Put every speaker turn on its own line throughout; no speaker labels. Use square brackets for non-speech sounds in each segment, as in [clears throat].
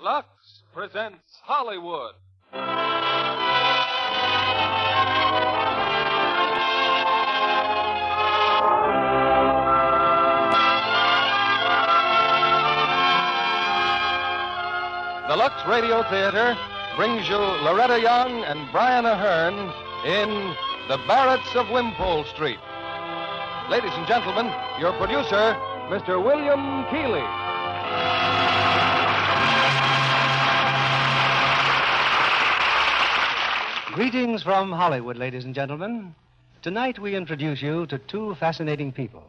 Lux presents Hollywood. The Lux Radio Theater brings you Loretta Young and Brian Ahern in The Barretts of Wimpole Street. Ladies and gentlemen, your producer, Mr. William Keeley.
Greetings from Hollywood, ladies and gentlemen. Tonight we introduce you to two fascinating people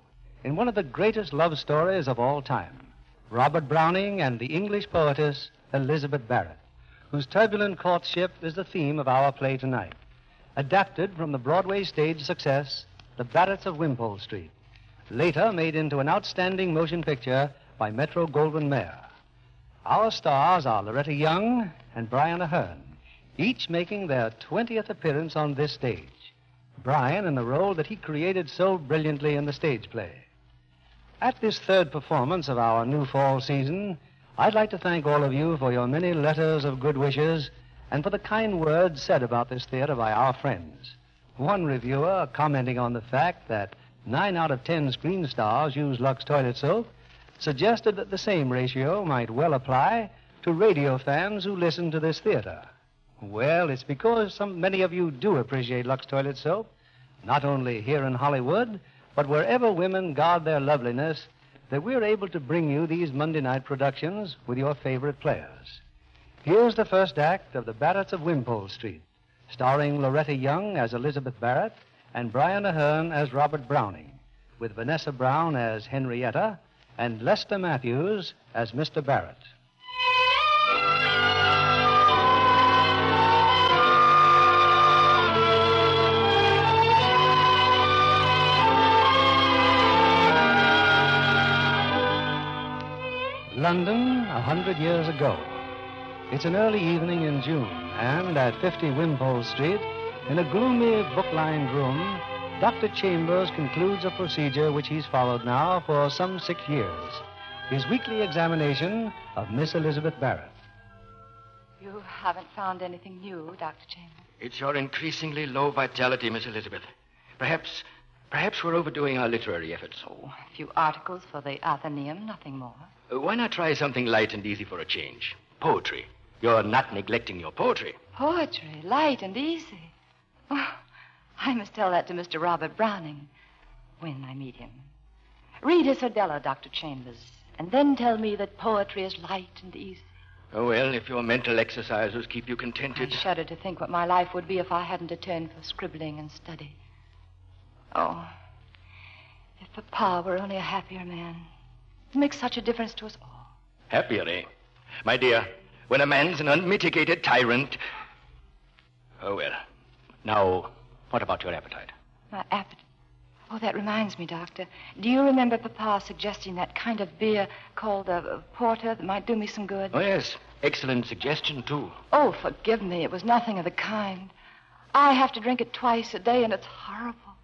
in one of the greatest love stories of all time Robert Browning and the English poetess Elizabeth Barrett, whose turbulent courtship is the theme of our play tonight. Adapted from the Broadway stage success, The Barretts of Wimpole Street, later made into an outstanding motion picture by Metro Goldwyn Mayer. Our stars are Loretta Young and Brian Ahern each making their 20th appearance on this stage. Brian in the role that he created so brilliantly in the stage play. At this third performance of our new fall season, I'd like to thank all of you for your many letters of good wishes and for the kind words said about this theater by our friends. One reviewer commenting on the fact that nine out of ten screen stars use Lux toilet soap suggested that the same ratio might well apply to radio fans who listen to this theater. Well, it's because some, many of you do appreciate Lux Toilet Soap, not only here in Hollywood, but wherever women guard their loveliness, that we're able to bring you these Monday night productions with your favorite players. Here's the first act of The Barretts of Wimpole Street, starring Loretta Young as Elizabeth Barrett and Brian Ahern as Robert Browning, with Vanessa Brown as Henrietta and Lester Matthews as Mr. Barrett. London, a hundred years ago. It's an early evening in June, and at 50 Wimpole Street, in a gloomy book-lined room, Dr. Chambers concludes a procedure which he's followed now for some six years. His weekly examination of Miss Elizabeth Barrett.
You haven't found anything new, Dr. Chambers.
It's your increasingly low vitality, Miss Elizabeth. Perhaps, perhaps we're overdoing our literary efforts. Oh.
A few articles for the Athenaeum, nothing more.
Uh, Why not try something light and easy for a change? Poetry. You're not neglecting your poetry.
Poetry, light and easy. Oh, I must tell that to Mr. Robert Browning when I meet him. Read his Odello, Dr. Chambers, and then tell me that poetry is light and easy.
Oh, well, if your mental exercises keep you contented.
I shudder to think what my life would be if I hadn't a turn for scribbling and study. Oh, if Papa were only a happier man. It makes such a difference to us all.
Happier, eh? My dear, when a man's an unmitigated tyrant. Oh, well. Now, what about your appetite?
My appetite. Uh, Oh, that reminds me, Doctor. Do you remember Papa suggesting that kind of beer called a porter that might do me some good?
Oh, yes. Excellent suggestion, too.
Oh, forgive me. It was nothing of the kind. I have to drink it twice a day, and it's horrible.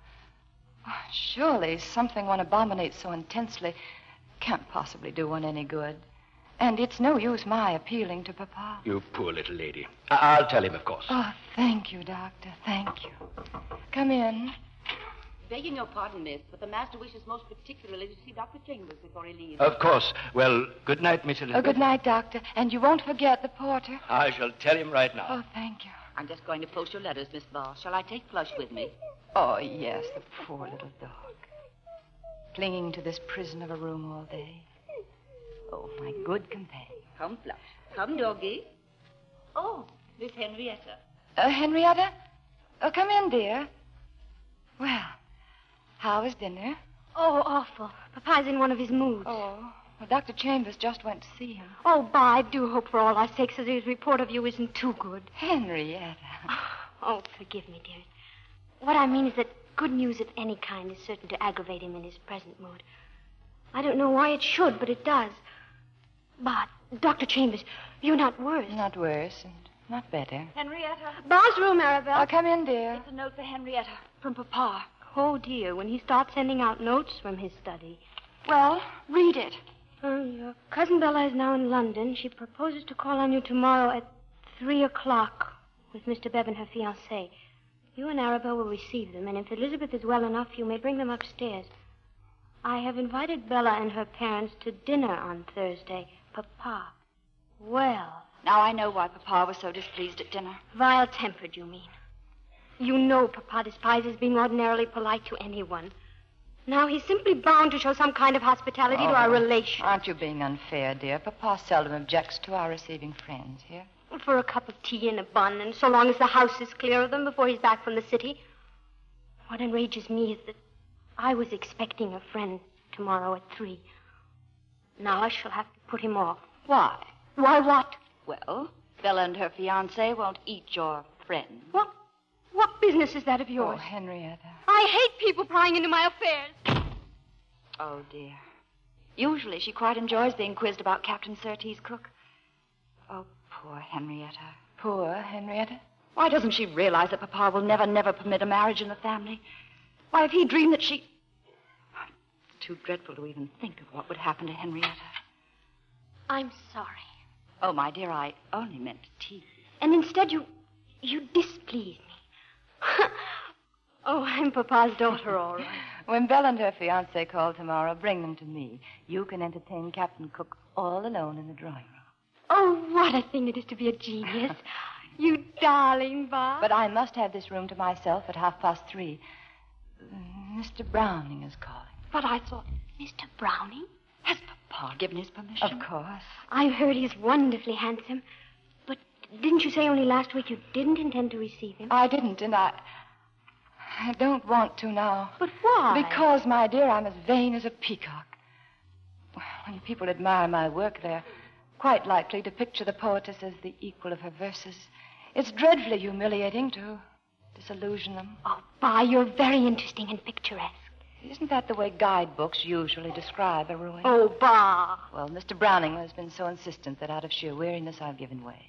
Oh, Surely something one abominates so intensely can't possibly do one any good. And it's no use my appealing to Papa.
You poor little lady. I- I'll tell him, of course.
Oh, thank you, Doctor. Thank you. Come in.
Begging your pardon, miss, but the master wishes most particularly to see Dr. Chambers before he leaves.
Of course. Well, good night, Miss Elizabeth.
Oh, good night, Doctor. And you won't forget the porter.
I shall tell him right now.
Oh, thank you.
I'm just going to post your letters, Miss Barr. Shall I take Flush with me?
Oh, yes, the poor little dog. Clinging to this prison of a room all day. Oh, my good companion.
Come, Flush. Come, doggie. Oh, Miss Henrietta.
Uh, Henrietta? Oh, come in, dear. Well, how was dinner?
Oh, awful. Papa's oh, in one of his moods.
Oh, Well, Dr. Chambers just went to see him.
Oh, Bob, I do hope for all our sakes that his report of you isn't too good.
Henrietta.
[sighs] Oh, forgive me, dear. What I mean is that good news of any kind is certain to aggravate him in his present mood. I don't know why it should, but it does. Bob, Dr. Chambers, you're not worse.
Not worse and not better.
Henrietta.
Bob's room, Arabella.
I'll come in, dear.
It's a note for Henrietta from Papa.
Oh, dear, when he starts sending out notes from his study.
Well, read it.
Uh, your cousin Bella is now in London. She proposes to call on you tomorrow at three o'clock with Mr. Bevan, her fiancé. You and Arabella will receive them, and if Elizabeth is well enough, you may bring them upstairs. I have invited Bella and her parents to dinner on Thursday. Papa. Well,
Now I know why Papa was so displeased at dinner.
vile tempered, you mean. You know Papa despises being ordinarily polite to anyone. Now he's simply bound to show some kind of hospitality to
Oh.
our relation.
Oh, Aren't you being unfair, dear? Papa seldom objects to our receiving friends here.
For a cup of tea and a bun, and so long as the house is clear of them before he's back from the city. What enrages me is that I was expecting a friend tomorrow at three. Now I shall have to put him off.
Why?
Why what?
Well, Bella and her fiance won't eat your friend.
What? What business is that of
Oh,
yours?
Henrietta.
I hate people prying into my affairs.
Oh, dear. Usually she quite enjoys being quizzed about Captain Surtees Cook. Oh, poor Henrietta.
Poor Henrietta.
Why doesn't she realize that Papa will never, never permit a marriage in the family? Why, if he dreamed that she. It's too dreadful to even think of what would happen to Henrietta.
I'm sorry.
Oh, my dear, I only meant to tease.
And instead you you displease me. [laughs] oh, I'm Papa's daughter, all right.
[laughs] When Belle and her fiance call tomorrow, bring them to me. You can entertain Captain Cook all alone in the drawing room.
Oh, what a thing it is to be a
[laughs]
genius. you darling, Bob.
But I must have this room to myself at half past three. Mr. Browning is calling.
But I thought, Mr. Browning?
Has Papa given his permission?
Of course.
I've heard he's wonderfully handsome. But didn't you say only last week you didn't intend to receive him?
I didn't, and I. I don't want to now.
But why?
Because, my dear, I'm as vain as a peacock. Well, When people admire my work, they're quite likely to picture the poetess as the equal of her verses. It's dreadfully humiliating to disillusion them.
Oh, Bob, you're very interesting and picturesque.
Isn't that the way guidebooks usually describe a ruin?
Oh, Bob.
Well, Mr. Browning has been so insistent that out of sheer weariness I've given way.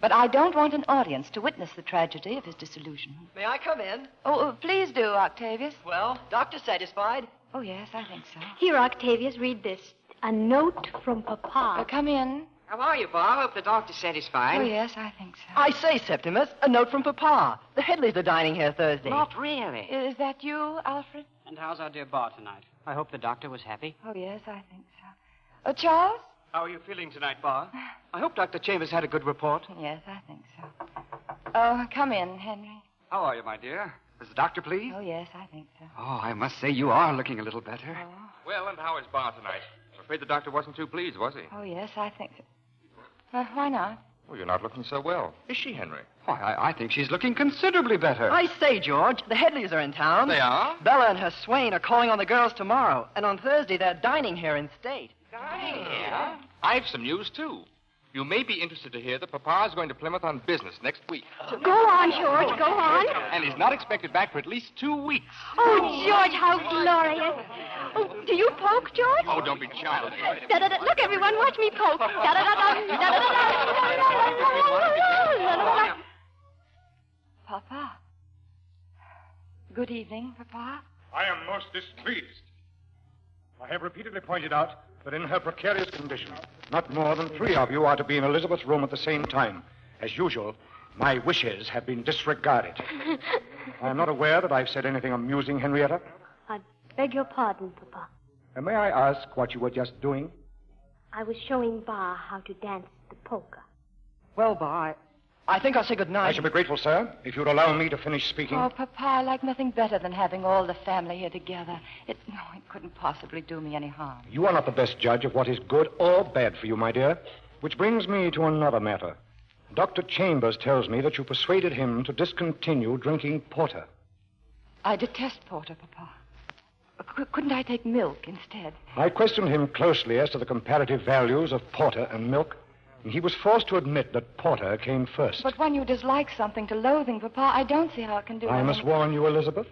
But I don't want an audience to witness the tragedy of his disillusionment.
May I come in?
Oh, uh, please do, Octavius.
Well, doctor satisfied?
Oh, yes, I think so.
Here, Octavius, read this. A note from
Well,
Papa.
come in.
How are you, Bob? Hope the doctor's satisfied.
Oh, yes, I think so.
I say, Septimus, a note from Papa. The Headleys are dining here Thursday.
really.
Is that you, Alfred?
And how's our dear Bar tonight? I hope the doctor was happy.
Oh, yes, I think
Uh,
so. Oh, Charles?
How are you feeling tonight, Bar? I hope Dr. Chambers had a good report.
Yes, I think so. Oh, come in, Henry.
How are you, my dear? Is the doctor pleased?
Oh, yes, I think so. Oh.
Oh, I must say you are looking a little better.
Well, and how is Bar tonight? I'm afraid the doctor wasn't too pleased, was he?
Oh, yes, I think so. Uh, why not?
Well, you're not looking so well. Is she, Henry?
Why, I, I think she's looking considerably better.
I say, George, the Headleys are in town.
They are?
Bella and her swain are calling on the girls tomorrow, and on Thursday they're dining here in state.
I've some news, too. You may be interested to hear that Papa's going to Plymouth on business next week.
Go on, George, go on.
And he's not expected back for at least two weeks.
Oh, George, how glorious. Oh, do you poke, George?
Oh, don't be childish.
Da-da-da. Look, everyone, watch me poke. Da-da-da-da. Da-da-da-da.
Papa? Good evening, Papa.
I am most displeased. I have repeatedly pointed out that in her precarious condition, not more than three of you are to be in Elizabeth's room at the same time. As usual, my wishes have been disregarded. I am not aware that I've said anything amusing, Henrietta.
I beg your pardon, Papa.
And may I ask what you were just doing?
I was showing Bar how to dance the polka.
Well, Bob, I, I think I'll say good
I
night.
should be grateful, sir, if you'd allow me to finish speaking.
Oh, Papa, I like nothing better than having all the family here together. It, no, it couldn't possibly do me any harm.
You are not the best judge of what is good or bad for you, my dear. Which brings me to another matter. Dr. Chambers tells me that you persuaded him to discontinue drinking porter.
I detest porter, Papa. C- couldn't I take milk instead?
I questioned him closely as to the comparative values of porter and milk, and he was forced to admit that porter came first.
But when you dislike something to loathing, Papa, I don't see how it can do
I
any-
must warn you, Elizabeth,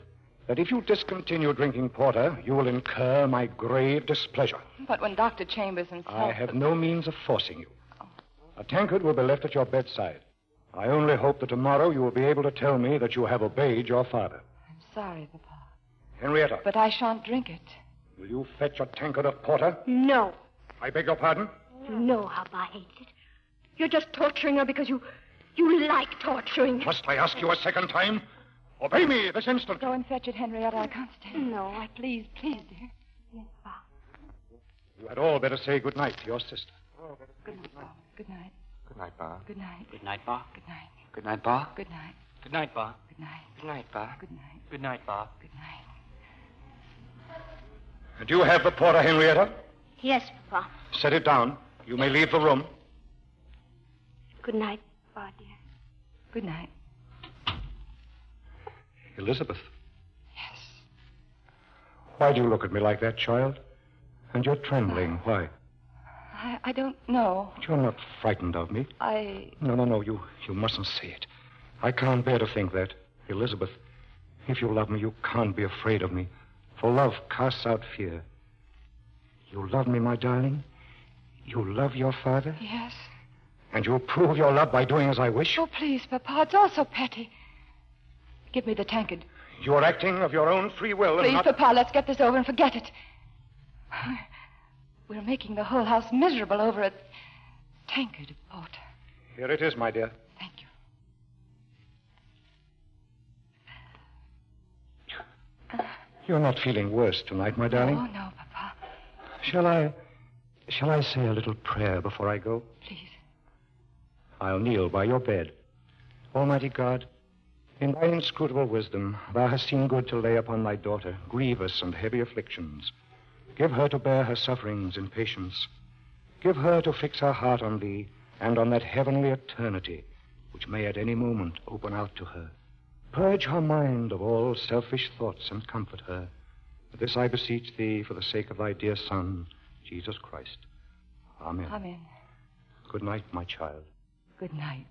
that if you discontinue drinking porter, you will incur my grave displeasure.
But when Dr. Chambers himself.
I have no means of forcing you. A tankard will be left at your bedside. I only hope that tomorrow you will be able to tell me that you have obeyed your father.
I'm sorry, Papa.
Henrietta,
But I shan't drink it.
will you fetch a tankard of porter?
No.
I beg your pardon?
You know how I hate it. You're just torturing her because you. you like torturing her.
Must I ask you a second time? Obey me this instant.
Go and fetch it, Henrietta. I can't stay.
No,
I please, please, dear.
Yes, Bob.
You had all better say good night to your sister.
Good night, Bob. Good night.
Good night, Bob.
Good night.
Good night, Bob.
Good night.
Good night, Bob.
Good night.
Good night, Bob.
Good night.
Good night, Bob.
Good night.
Good night, Bob.
Good night.
Do you have the porter, Henrietta?
Yes, Papa.
Set it down. You may leave the room.
Good night, Bob, [laughs] dear.
Good night.
Elizabeth,
Yes.
why do you look at me like that, child? And you're trembling. Why?
I, I don't know.
You're not frightened of me.
I.
No, no, no. You, you mustn't say it. I can't bear to think that. Elizabeth, if you love me, you can't be afraid of me. For love casts out fear. You love me, my darling? You love your father?
Yes.
And you'll prove your love by doing as I wish?
Oh, please, Papa. It's all so petty. Give me the tankard.
You are acting of your own free will
Please,
and not...
Papa, let's get this over and forget it. We're making the whole house miserable over a tankard of porter.
Here it is, my dear.
Thank you.
You're not feeling worse tonight, my darling.
Oh, no, Papa.
Shall I... Shall I say a little prayer before I go?
Please.
I'll kneel by your bed. Almighty God, in thy inscrutable wisdom, thou hast seen good to lay upon thy daughter grievous and heavy afflictions. Give her to bear her sufferings in patience. Give her to fix her heart on thee and on that heavenly eternity which may at any moment open out to her. Purge her mind of all selfish thoughts and comfort her. This I beseech thee for the sake of thy dear Son, Jesus Christ. Amen.
Come in.
Good night, my child.
Good night.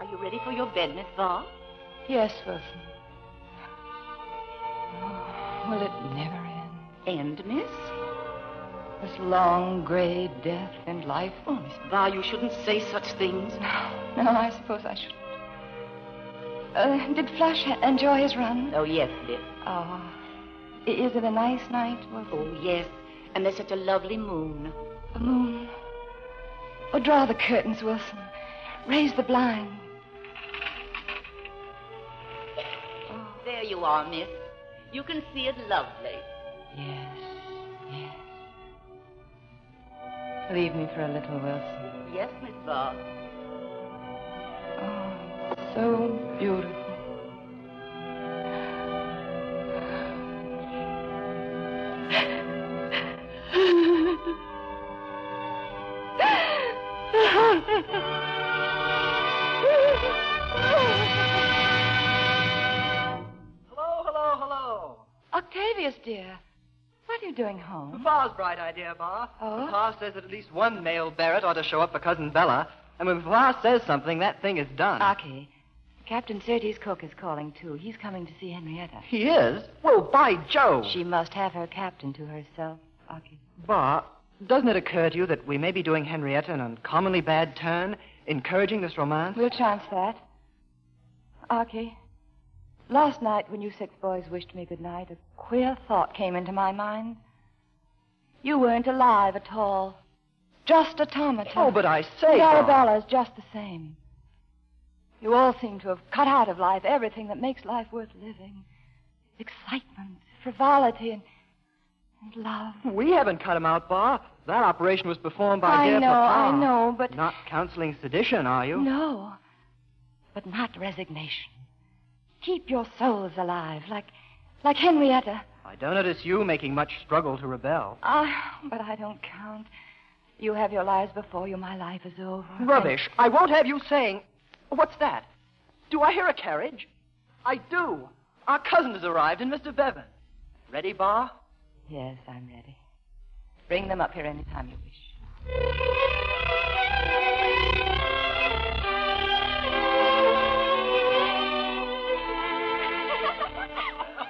Are you ready for your bed, Miss Vaugh?
Yes, Wilson. Oh, will it never end?
And, Miss?
This long, gray death and life.
Oh, Miss Vaugh, you shouldn't say such things.
No, I suppose I should. Uh, did Flash ha- enjoy his run?
Oh, yes, dear.
Oh. I- Is it a nice night, Wilson?
Oh, yes. And there's such a lovely moon.
The moon. Oh, draw the curtains, Wilson. Raise the blind.
There you are, Miss. You can see it lovely.
Yes, yes. Leave me for a little, Wilson.
Yes, Miss Vaugh.
Oh, so beautiful.
Hello, hello, hello.
Octavius, dear. What are you doing home?
Papa's bright idea, Bob.
Oh?
Papa says that at least one male Barrett ought to show up for Cousin Bella. And when Papa says something, that thing is done.
Aki, Captain Surtees Cook is calling, too. He's coming to see Henrietta.
He is? Well, by Jove.
She must have her captain to herself, Aki.
Bar, doesn't it occur to you that we may be doing Henrietta an uncommonly bad turn, encouraging this romance?
We'll chance that. Aki, last night when you six boys wished me good night, a queer thought came into my mind. You weren't alive at all. Just automata.
Oh, but I say,
And
Bar.
Arabella's just the same. You all seem to have cut out of life everything that makes life worth living. Excitement, frivolity, and, and love.
We haven't cut him out, Bar. That operation was performed by
I
dear
know,
Papa.
I know, but
Not counseling sedition, are you?
No, but not resignation. Keep your souls alive, like, like Henrietta.
I don't notice you making much struggle to rebel.
Ah, but I don't count. You have your lives before you. My life is over.
Rubbish. I won't have you saying. What's that? Do I hear a carriage? I do. Our cousin has arrived and Mr. Bevan. Ready, Bar?
Yes, I'm ready. Bring them up here any time you wish.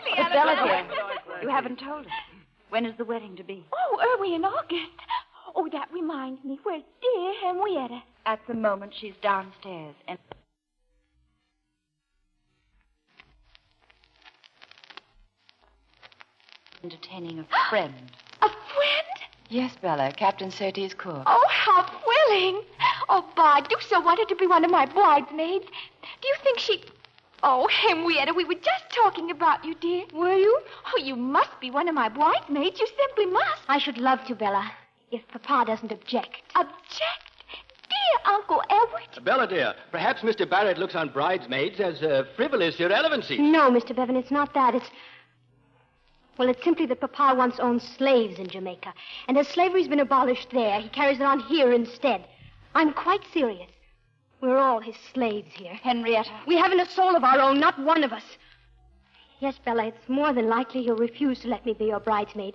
It's Bella dear. You haven't told us. When is the wedding to be?
Oh, early in August. Oh, that reminds me. Where's dear Henrietta?
At the moment, she's downstairs. And
Entertaining a [gasps] friend.
A friend?
yes, Bella, Captain Surtees cook.
Oh, how willing. Oh, Bard, you so wanted to be one of my bridesmaids. Do you think she... Oh, Henrietta, we were just talking about you, dear. Were you? Oh, you must be one of my bridesmaids. You simply must. I should love to, Bella, if Papa doesn't object. Object? Dear Uncle Edward.
Uh, Bella, dear, perhaps Mr. Barrett looks on bridesmaids as uh, frivolous irrelevancies.
No, Mr. Bevan, it's not that. It's. Well, it's simply that Papa once owned slaves in Jamaica. And as slavery's been abolished there, he carries it on here instead. I'm quite serious. We're all his slaves here. Henrietta. We haven't a soul of our own, not one of us. Yes, Bella, it's more than likely he'll refuse to let me be your bridesmaid.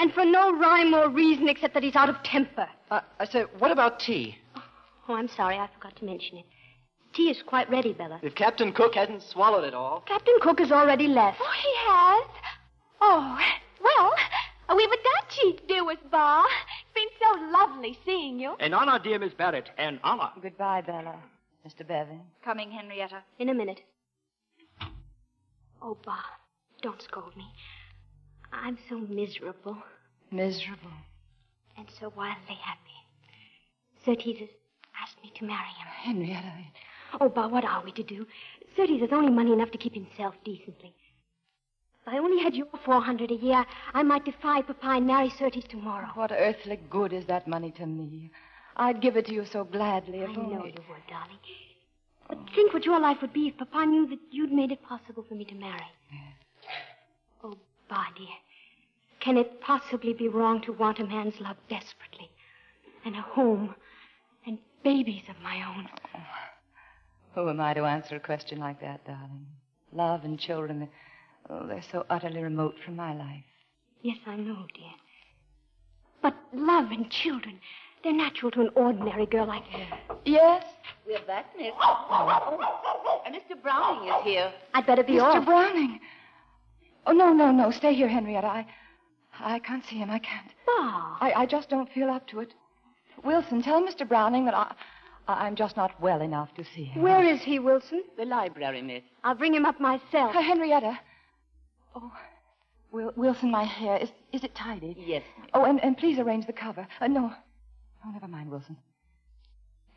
And for no rhyme or reason except that he's out of temper.
Uh, I say, what about tea?
Oh, I'm sorry, I forgot to mention it. Tea is quite ready, Bella.
If Captain Cook hasn't swallowed it all.
Captain Cook has already left. Oh, he has? Oh, well, we've a Dutchie, dearest Bar. It's been so lovely seeing you.
An honor, dear Miss Barrett, an honor.
Goodbye, Bella. Mr. Bevan.
coming, Henrietta.
In a minute. Oh, Bob, don't scold me. I'm so miserable
Miserable.
and so wildly happy. Surtees has asked me to marry him.
Henrietta.
Oh, Bob, what are we to do? Surtees has only money enough to keep himself decently. If I only had your 400 a year, I might defy Papa and marry Surtees tomorrow.
What earthly good is that money to me? I'd give it to you so gladly if
I know
only-
you would, darling. But think what your life would be if Papa knew that you'd made it possible for me to marry. Oh, Bar, dear. Can it possibly be wrong to want a man's love desperately? And a home. And babies of my own.
Who am I to answer a question like that, darling? Love and children, oh, they're so utterly remote from my life.
Yes, I know, dear. But love and children, they're natural to an ordinary girl like you.
Yes?
We're back, Miss. Oh, and Mr. Browning is here.
I'd better be
Mr.
off.
Browning. Oh, no, no, no. Stay here, Henrietta. I, I can't see him. I can't.
Bar.
I, I just don't feel up to it. Wilson, tell Mr. Browning that I, I- I'm just not well enough to see him.
Where is he, Wilson?
The library, Miss.
I'll bring him up myself.
Uh, Henrietta. Oh, Wil- Wilson, my hair. Is, is it tidy?
Yes.
Oh, and, and please arrange the cover. Uh, no. Oh, never mind, Wilson.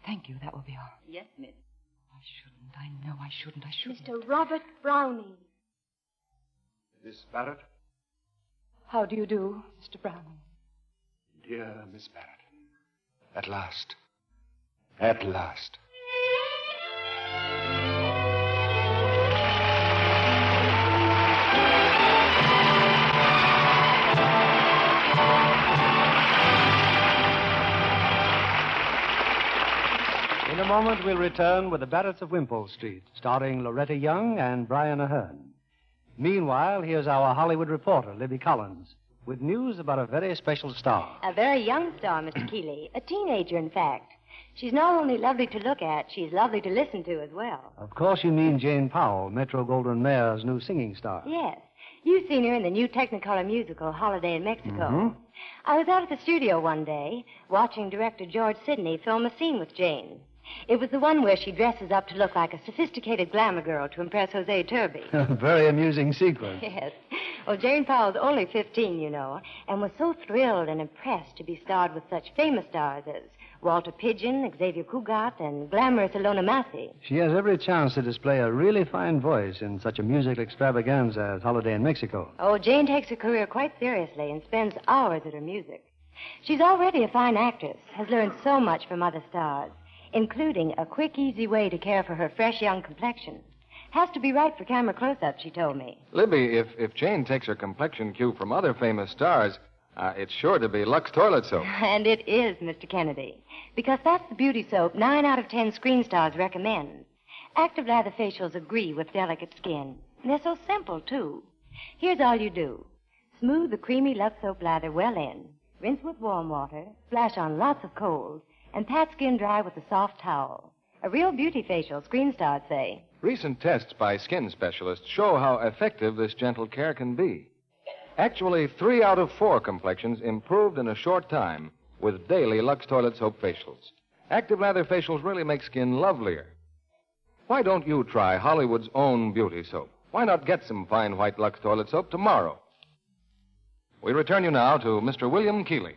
Thank you. That will be all.
Yes, Miss.
I shouldn't. I know I shouldn't. I shouldn't.
Mr. Robert Browning.
Miss Barrett?
How do you do, Mr. Browning?
Dear Miss Barrett. At last. At last.
In a moment, we'll return with The Barretts of Wimpole Street, starring Loretta Young and Brian Ahern. Meanwhile, here's our Hollywood reporter, Libby Collins, with news about a very special star.
A very young
[clears throat]
star, Mr. Keeley. A teenager, in fact. She's not only lovely to look at, she's lovely to listen to as well.
Of course, you mean Jane Powell, Metro Goldwyn Mayer's new singing
Uh-huh.
star.
Yes. You've seen her in the new Technicolor musical, Holiday in Mexico.
Mm-hmm.
Mhm. [laughs]
I was out at the studio one day watching director George Sidney film a scene with Jane. It was the one where she dresses up to look like a sophisticated glamour girl to impress Jose Turby.
very amusing sequence.
[laughs] Yes. Well, Jane Powell's only 15, you know, and was so thrilled and impressed to be starred with such famous stars as Walter Pigeon, Xavier Cugat, and glamorous Ilona Massey.
She has every chance to display a really fine voice in such a musical extravaganza as Holiday in Mexico.
Oh, Jane takes her career quite seriously and spends hours at her music. She's already a fine actress, has learned so much from other stars, including a quick, easy way to care for her fresh young complexion. Has to be right for camera close-up, she told me.
Libby, if, if Jane takes her complexion cue from other famous stars,
Uh, it's sure to be Lux Toilet Soap.
[laughs] And it is, Mr. Kennedy, because that's the beauty soap nine out of ten screen stars recommend. Active lather facials agree with delicate skin. And They're so simple, too. Here's all you do. Smooth the creamy Lux soap lather well in. Rinse with warm water. Splash on lots of cold. And pat skin dry with a soft towel. A real beauty facial, screen stars say.
Recent tests by skin specialists show how effective this gentle care can be. Actually, three out of four complexions improved in a short time with daily Lux Toilet Soap facials. Active lather facials really make skin lovelier. Why don't you try Hollywood's own beauty soap? Why not get some fine white Lux Toilet Soap tomorrow? We return you now to Mr. William Keeley.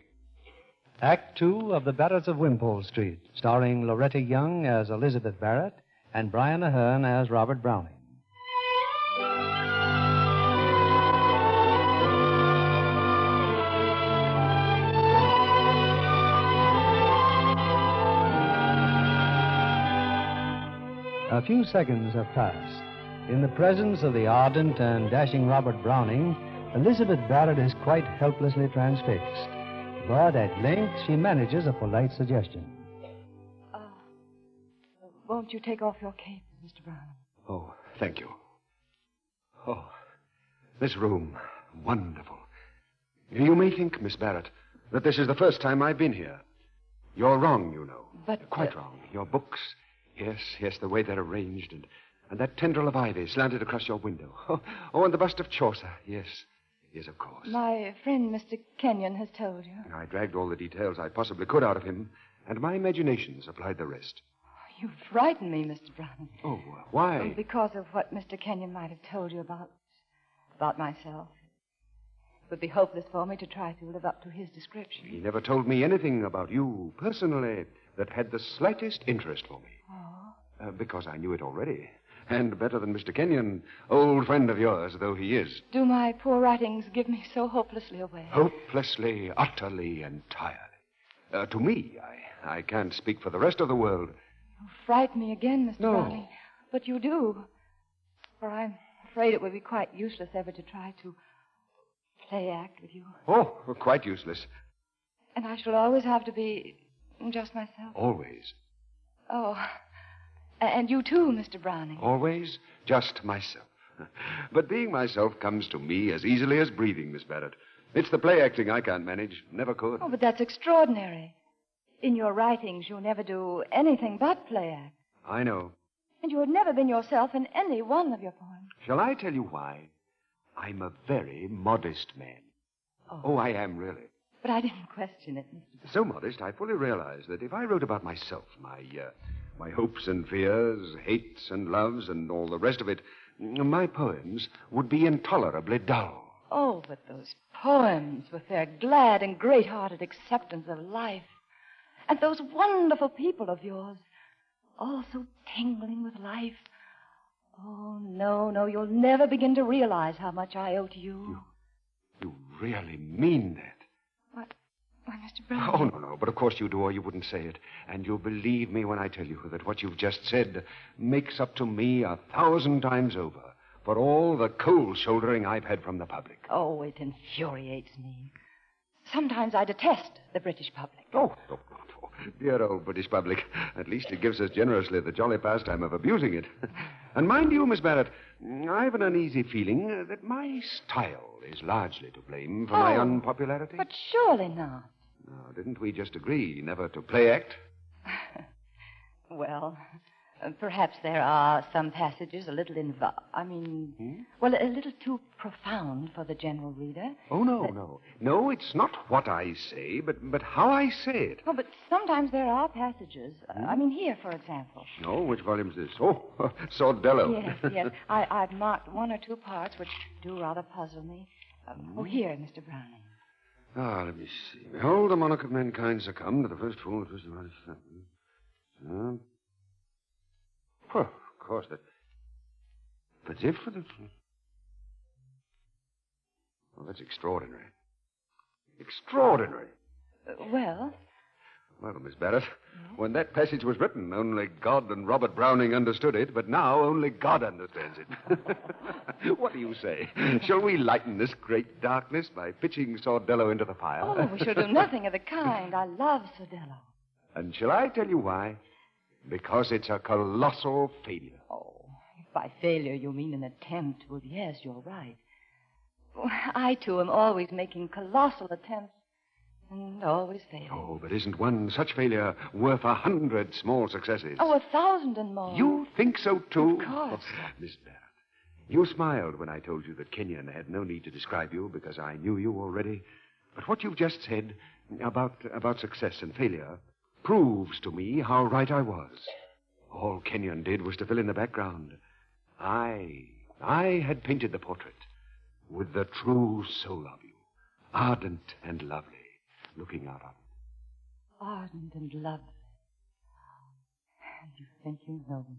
Act two of The Barretts of Wimpole Street, starring Loretta Young as Elizabeth Barrett and Brian Ahern as Robert Browning. A few seconds have passed. In the presence of the ardent and dashing Robert Browning, Elizabeth Barrett is quite helplessly transfixed. But at length she manages a polite suggestion.
Won't you take off your cape, Mr. Brown?
Oh, thank you. Oh, this room. Wonderful. You may think, Miss Barrett, that this is the first time I've been here. You're wrong, you know.
But
Quite wrong. Your books. Yes, yes, the way they're arranged, and, and that tendril of ivy slanted across your window. [laughs] Oh, and the bust of Chaucer. Yes, yes, of course.
My friend, Mr. Kenyon, has told you.
I dragged all the details I possibly could out of him, and my imagination supplied the rest.
You frighten me, Mr. Brown.
Oh, why?
Because of what Mr. Kenyon might have told you about about myself. It would be hopeless for me to try to live up to his description.
He never told me anything about you personally that had the slightest interest for me.
Oh.
Uh, because I knew it already. And better than Mr. Kenyon, old friend of yours though he is.
Do my poor writings give me so hopelessly away?
Hopelessly, utterly, entirely. Uh, to me, I, I can't speak for the rest of the world.
Frighten me again, Mr.
No.
Browning. But you do. For I'm afraid it would be quite useless ever to try to play act with you.
Oh, quite useless.
And I shall always have to be just myself.
Always.
Oh. A- And you too, Mr. Browning.
Always just myself. [laughs] but being myself comes to me as easily as breathing, Miss Barrett. It's the play acting I can't manage. Never could.
Oh, but that's extraordinary. In your writings, you never do anything but play act.
I know.
And you have never been yourself in any one of your poems.
Shall I tell you why? I'm a very modest man.
Oh.
I am really.
But I didn't question it.
So modest, I fully realize that if I wrote about myself, my uh, my hopes and fears, hates and loves, and all the rest of it, my poems would be intolerably dull.
Oh, but those poems with their glad and great hearted acceptance of life. And those wonderful people of yours, all so tingling with life. Oh, no, no, you'll never begin to realize how much I owe to you.
You really mean that?
Why, Mr.
Oh,
Brown.
no, no, but of course you do, or you wouldn't say it. And you'll believe me when I tell you that what you've just said makes up to me a thousand times over for all the cold shouldering I've had from the public.
Oh, it infuriates me. Sometimes I detest the British public.
Oh, Dear old British public, at least it gives us generously the jolly pastime of abusing it. [laughs] and mind you, Miss Barrett, I've an uneasy feeling uh, that my style is largely to blame for my
Oh.
unpopularity.
But surely not.
Now, didn't we just agree never to play act?
Well, uh, perhaps there are some passages a little invo- I mean, well, a little too profound for the general reader.
Oh, no, no. No, it's not what I say, but, but how I say it.
Oh, but sometimes there are passages. uh, I mean, here, for example.
Oh, which volume's this? Oh, [laughs] Sordello. [laughs]
Yes, yes. I, I've marked one or two parts which do rather puzzle me. Um, Oh, here, Mr. Browning.
Ah, let me see. Behold, the monarch of mankind succumbed to the first fall of the twist of man's thumb. Um, well, of course, that. But if for the. Well, that's extraordinary. Extraordinary.
Uh, Well,
Well, Miss Barrett,
Mm-hmm.
when that passage was written, only God and Robert Browning understood it, but now only God understands it. [laughs] what do you say? Shall we lighten this great darkness by pitching Sordello into the fire?
Oh, we shall do
[laughs]
nothing of the kind. I love Sordello.
And shall I tell you why? Because it's a colossal failure.
If by failure you mean an attempt, well, yes, you're right. Well, I, too, am always making colossal attempts and always failing.
Oh, but isn't one such failure worth a hundred small successes?
Oh, a thousand and more.
You think so, too?
Oh. Of course.
[laughs] Miss Barrett, you smiled when I told you that Kenyon had no need to describe you because I knew you already. But what you've just said about, about success and failure proves to me how right I was. All Kenyon did was to fill in the background. I, I had painted the portrait with the true soul of you, ardent and lovely, looking out on
Ardent and lovely. And you think you know me.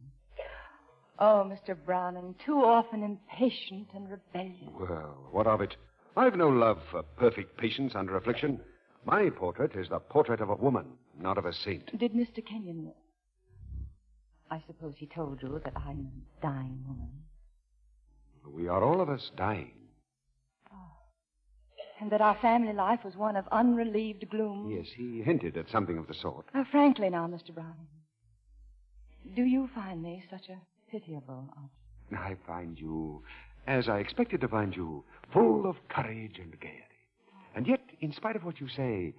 Oh, Mr. Browning, too often impatient and rebellious.
Well, what of it? I've no love for perfect patience under affliction. My portrait is the portrait of a woman, not of a saint.
Did Mr. Kenyon. I suppose he told you that I'm a dying woman,
We are all of us dying.
and that our family life was one of unrelieved gloom.
Yes, he hinted at something of the sort.
Now, frankly, now, Mr. Browning, do you find me such a pitiable object?
I find you, as I expected to find you, full of courage and gaiety. And yet, in spite of what you say,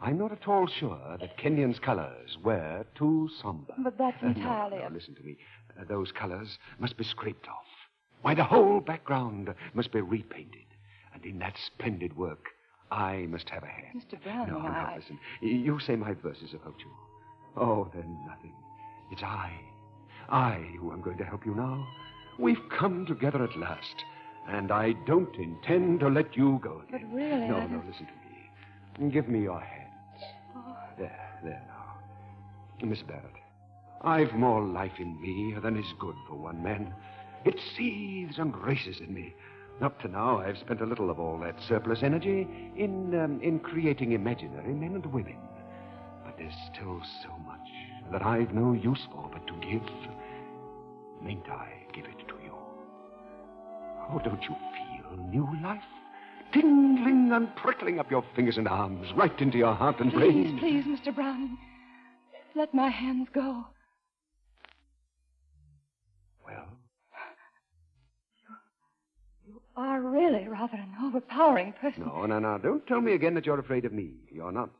I'm not at all sure that Kenyon's colors were too somber.
But that's
Uh, [laughs] no,
entirely.
no,
up-
listen to me. Uh, those colors must be scraped off. Why, the whole background must be repainted. And in that splendid work, I must have a hand.
Mr.
Oh,
Browning,
No,
I.
no, listen. Y- You say my verses have helped you. Oh, they're nothing. It's I. I who am going to help you now. We've come together at last, and I don't intend to let you go again.
But really,
no,
I
no,
don't- Oh.
listen to me. Give me your hands. There, there now. Miss Barrett, I've more life in me than is good for one man. It seethes and races in me. Up to now, I've spent a little of all that surplus energy in, um, in creating imaginary men and women. But there's still so much that I've no use for but to give. Mayn't I give it to you? Oh, don't you feel new life? Tingling and prickling up your fingers and arms, right into your heart and brain.
Please, please, Mr. Browning, let my hands go.
Well,
You are really rather an overpowering person.
No, no, no. Don't tell me again that you're afraid of me. You're not.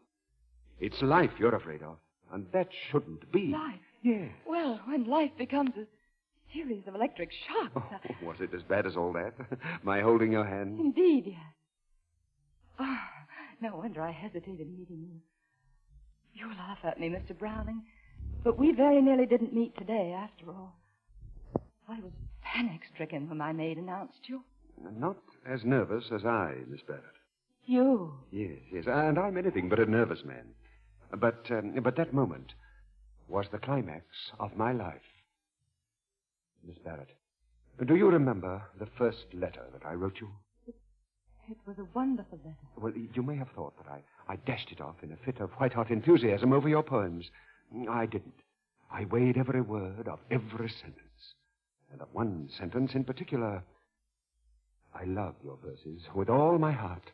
It's life you're afraid of, and that shouldn't be. [laughs]
Life.
Yeah.
Well, when life becomes a series of electric shocks. uh, I-
Was it as bad as all that? [laughs] My holding your hand?
Indeed, yes. Ah, no wonder I hesitated meeting you. You laugh at me, Mr. Browning, but we very nearly didn't meet today, after all. I was panic stricken when my maid announced you.
Not as nervous as I, Miss Barrett.
You.
Yes, yes. And I'm anything but a nervous man. But, um, but that moment was the climax of my life. Miss Barrett, do you remember the first letter that I wrote you?
It was a wonderful letter.
Well, you may have thought that I, I dashed it off in a fit of white hot enthusiasm over your poems. I didn't. I weighed every word of every sentence. And of one sentence in particular, I love your verses with all my heart.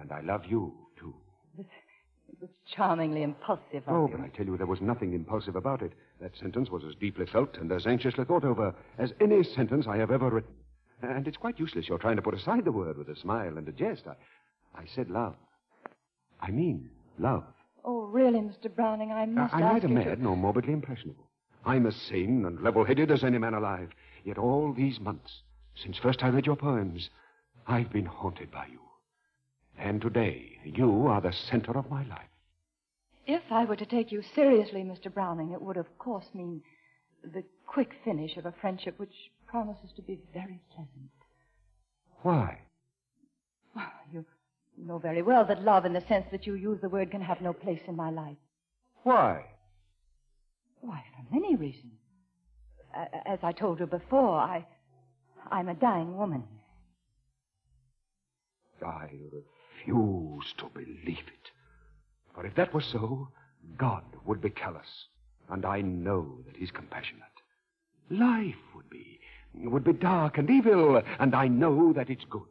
And I love you, too.
It was charmingly impulsive of
Oh,
you.
but I tell you, there was nothing impulsive about it. That sentence was as deeply felt and as anxiously thought over as any sentence I have ever written. And it's quite useless your trying to put aside the word with a smile and a jest. I, I said love. I mean love.
Oh, really, Mr. Browning, I must
I'm
ask
neither
you to-
mad nor morbidly impressionable. I'm as sane and level headed as any man alive. Yet all these months, since first I read your poems, I've been haunted by you. And today, you are the center of my life.
If I were to take you seriously, Mr. Browning, it would, of course, mean the quick finish of a friendship which promises to be very pleasant.
Why?
Well, you know very well that love, in the sense that you use the word, can have no place in my life.
Why?
Why, for many reasons. A- As I told you before, I, I'm a dying woman.
I refuse to believe it. For if that were so, God would be callous, and I know that He's compassionate. Life would be, would be dark and evil, and I know that it's good.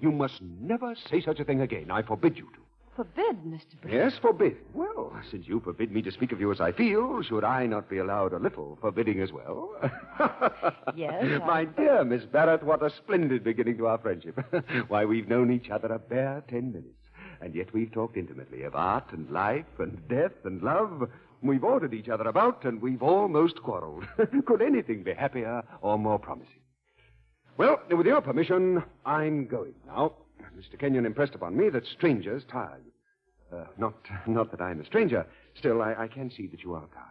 You must never say such a thing again. I forbid you to.
Forbid, Mr. Briggs.
Yes, forbid. Well, since you forbid me to speak of you as I feel, should I not be allowed a little forbidding as well? [laughs]
Yes.
My dear Miss Barrett, what a splendid beginning to our friendship. [laughs] Why, we've known each other a bare ten minutes, and yet we've talked intimately of art and life and death and love. We've ordered each other about, and we've almost quarreled. [laughs] Could anything be happier or more promising? Well, with your permission, I'm going now. Mr. Kenyon impressed upon me that strangers tire you. Uh, not, not that I'm a stranger. Still, I, I can see that you are tired.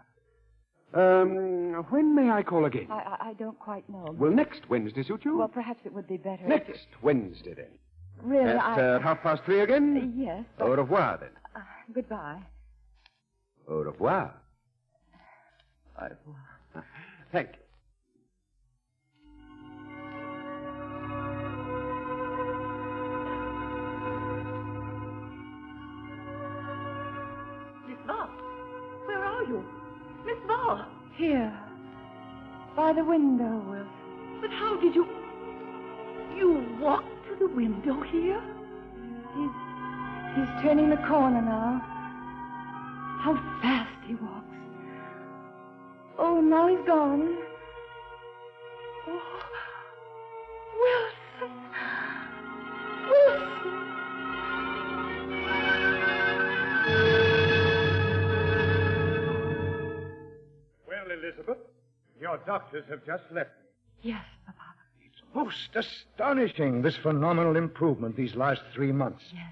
Um, when may I call again?
I, I, I don't quite know.
Will next Wednesday suit you?
Well, perhaps it would be better. if
next
you-
Wednesday, then.
Really,
At
I.
uh, half past three again?
Yes.
Au revoir, then.
Uh, goodbye.
Au revoir. Au revoir. [laughs] Thank you.
Miss Val, where are you? Miss Val,
Here. By the window, Wilson.
but how Oh, did you... You walked to the window here?
He's, he's turning the corner now. How fast he walks. Oh, now he's gone. Oh, Wilson. Wilson.
Well, Elizabeth, your doctors have just left me.
Yes.
Most astonishing, this phenomenal improvement these last three months. Yes.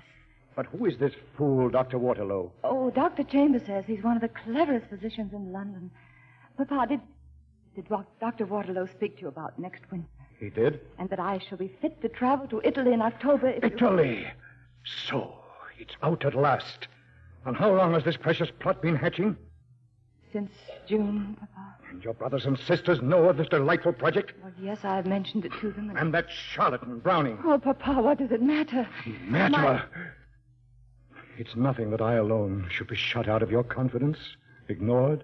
But who is this fool, Dr. Waterlow?
Oh, Dr. Chambers says he's one of the cleverest physicians in London. Papa, did, did Wa- Dr. Waterlow speak to you about next winter?
He did?
And that I shall be fit to travel to Italy in October if you-
Italy! So, it's out at last. And how long has this precious plot been hatching?
Since June, Papa.
And your brothers and sisters know of this delightful project?
Well, yes, I've mentioned it to them. And...
And that charlatan, Browning.
Oh, Papa, what does it matter?
Matter!
My-
It's nothing that I alone should be shut out of your confidence, ignored,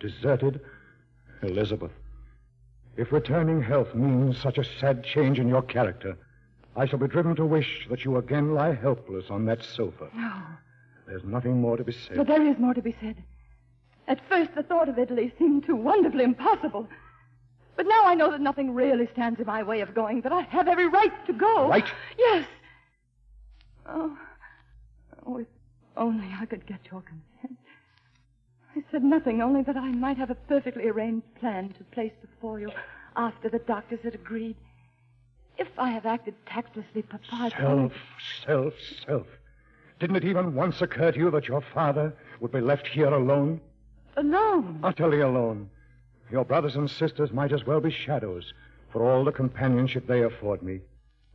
deserted. Elizabeth, if returning health means such a sad change in your character, I shall be driven to wish that you again lie helpless on that sofa.
No.
There's nothing more to be said.
But there is more to be said. At first, the thought of Italy seemed too wonderfully impossible. But now I know that nothing really stands in my way of going, that I have every right to go.
Right?
Yes. Oh, oh if only I could get your consent. I said nothing, only that I might have a perfectly arranged plan to place before you after the doctors had agreed. If I have acted tactlessly, Papa, I
Self, self, self. Didn't it even once occur to you that your father would be left here alone?
alone.
Utterly alone. Your brothers and sisters might as well be shadows for all the companionship they afford me.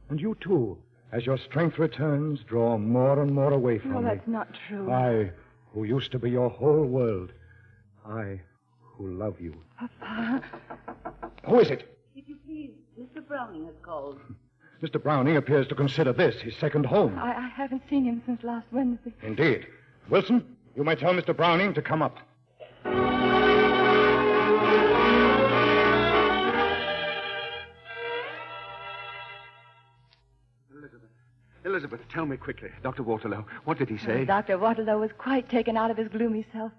And you, too, as your strength returns, draw more and more away
No,
from me.
that's not true.
I, who used to be your whole world. I, who love you.
Papa.
Who is it?
If you please, Mr. Browning has called.
Mr. Browning appears to consider this his second home.
I, I haven't seen him since last Wednesday.
Indeed. Wilson, you may tell Mr. Browning to come up.
Elizabeth, tell me quickly. Dr. Waterlow, what did he say?
Dr. Waterlow was quite taken out of his gloomy self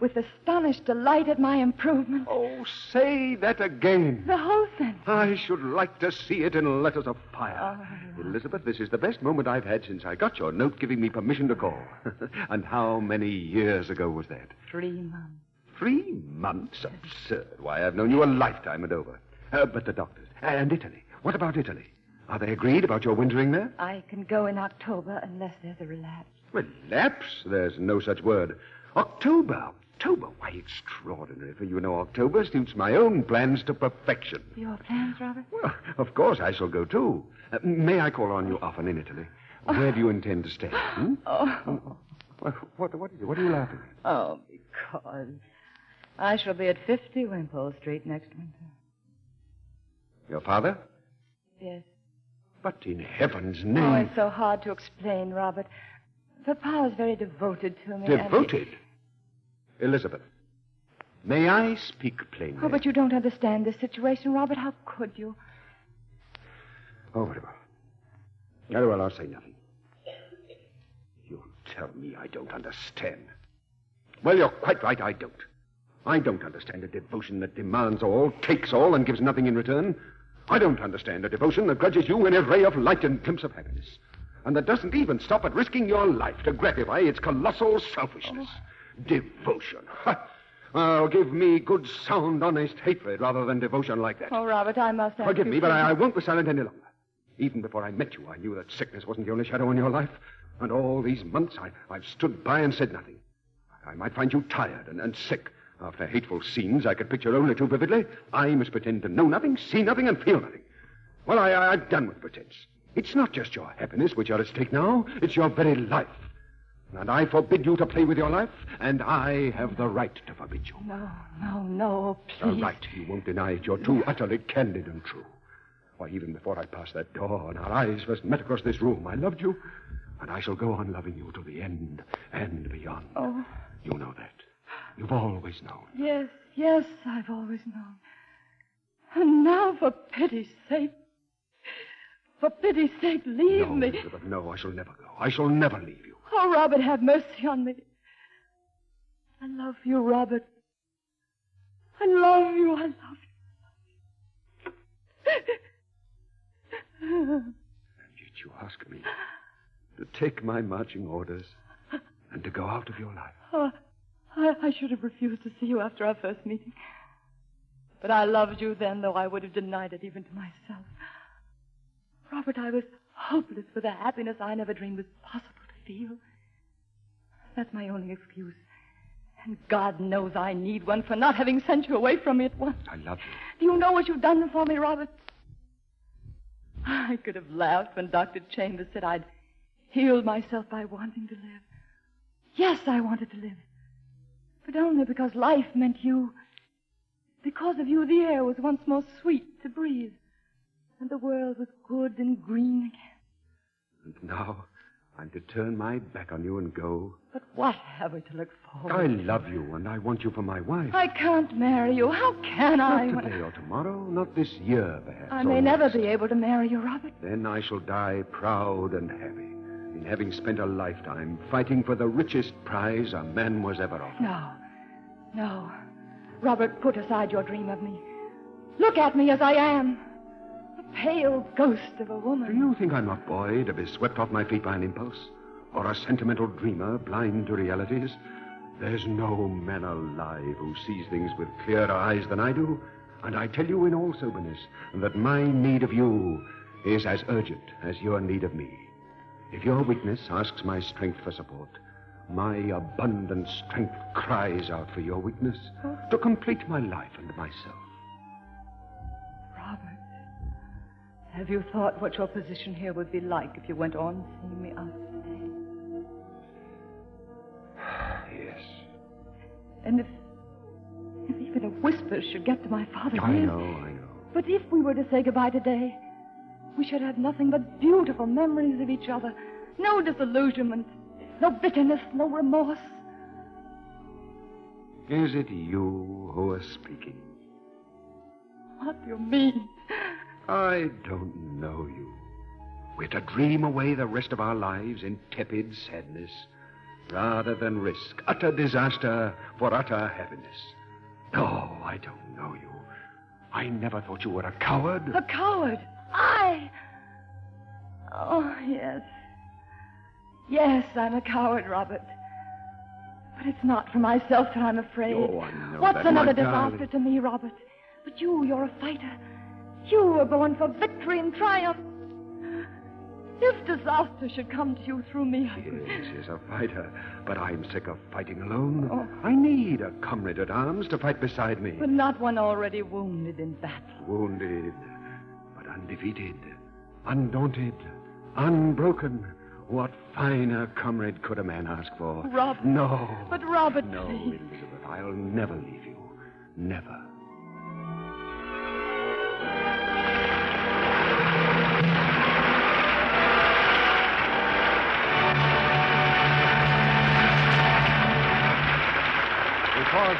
with astonished delight at my improvement.
Oh, say that again.
The whole thing.
I should like to see it in letters of fire. Elizabeth, this is the best moment I've had since I got your note giving me permission to call. [laughs] and how many years ago was that?
Three months.
Three months? Absurd. Why, I've known you a lifetime and over. Uh, but the doctors. And Italy. What about Italy? Are they agreed about your wintering there?
I can go in October unless there's a relapse.
Relapse? There's no such word. October. October? Why, extraordinary. For you know, October suits my own plans to perfection.
Your plans, Robert?
Well, Of course, I shall go too. Uh, may I call on you often in Italy? Where do you intend to stay? Hmm?
Oh.
What, what, what is it? What are you laughing at?
Oh, because I shall be at 50 Wimpole Street next winter.
Your father?
Yes.
But in heaven's
Oh,
name.
it's so hard to explain, Robert. Papa is very devoted to me. and he-
devoted. Elizabeth, may I speak plainly?
Oh, but you don't understand this situation, Robert. How could you?
Oh, very well. Very well, I'll say nothing. You tell me I don't understand. Well, you're quite right, I don't. I don't understand a devotion that demands all, takes all, and gives nothing in return. I don't understand a devotion that grudges you in every ray of light and glimpse of happiness, and that doesn't even stop at risking your life to gratify its colossal selfishness. Devotion. Ha! Oh, give me good, sound, honest hatred rather than devotion like that.
Oh, Robert, I must ask
Forgive
you
me, but
something.
I, I won't be silent any longer. Even before I met you, I knew that sickness wasn't the only shadow in your life. And all these months, I, I've stood by and said nothing. I might find you tired and, and sick. After hateful scenes I could picture only too vividly, I must pretend to know nothing, see nothing, and feel nothing. Well, I, I, I've done with pretense. It's not just your happiness which are at stake now, it's your very life. And I forbid you to play with your life, and I have the right to forbid you.
No, no, no,
All
please.
right, you won't deny it. You're too utterly candid and true. Why, even before I passed that door and our eyes first met across this room, I loved you, and I shall go on loving you to the end and beyond.
Oh,
You know that. You've always known.
yes, yes, I've always known. And now, for pity's sake, for pity's sake, leave
no,
me.
Elizabeth, no, I shall never go. I shall never leave you.
Oh, Robert, have mercy on me. I love you, Robert. I love you. I love you.
Yet you ask me to take my marching orders and to go out of your life.
Oh, I, I should have refused to see you after our first meeting. But I loved you then, though I would have denied it even to myself. Robert, I was hopeless for the happiness I never dreamed was possible to feel. That's my only excuse. And God knows I need one for not having sent you away from me at once.
I love you.
Do you know what you've done for me, Robert? I could have laughed when Dr. Chambers said I'd healed myself by wanting to live. Yes, I wanted to live. But only because life meant you. Because of you, the air was once more sweet to breathe. And the world was good and green again.
And now I'm to turn my back on you and go.
But what have we to look
I
forward to?
love you, and I want you for my wife.
I can't marry you. How can I?
Not
when
today or tomorrow, not this year, perhaps.
I
or
may never be able to marry you, Robert.
Then I shall die proud and happy in having spent a lifetime fighting for the richest prize a man was ever offered.
No. No. Robert, put aside your dream of me. Look at me as I am. A pale ghost of a woman.
Do you think I'm a boy to be swept off my feet by an impulse? Or a sentimental dreamer blind to realities? There's no man alive who sees things with clearer eyes than I do. And I tell you in all soberness that my need of you is as urgent as your need of me. If your weakness asks my strength for support, my abundant strength cries out for your weakness to complete my life and myself. [sighs]
Robert, have you thought what your position here would be like if you went on seeing me out today?
Yes.
And if, if even a whisper should get to my father's
I
ears.
know, I know.
But if we were to say goodbye today, we should have nothing but beautiful memories of each other. No disillusionment, no bitterness, no remorse.
Is it you who are speaking?
What do you mean?
I don't know you. We're to dream away the rest of our lives in tepid sadness rather than risk utter disaster for utter happiness. No, I don't know you. I never thought you were a coward.
A coward. I. Oh, yes. Yes, I'm a coward, Robert. But it's not for myself that I'm afraid.
Oh, I know
What's
that, my
another
darling.
disaster to me, Robert? But you, you're a fighter. You were born for victory and triumph. If disaster should come to you through me, I could.
Yes, yes, a fighter. But I'm sick of fighting alone. I need a comrade at arms to fight beside me.
But not one already wounded in battle.
Wounded, but undefeated, undaunted, unbroken. What finer comrade could a man ask for?
Robert.
No.
But Robert,
Oh. No,
please.
Elizabeth, I'll never leave you. Never.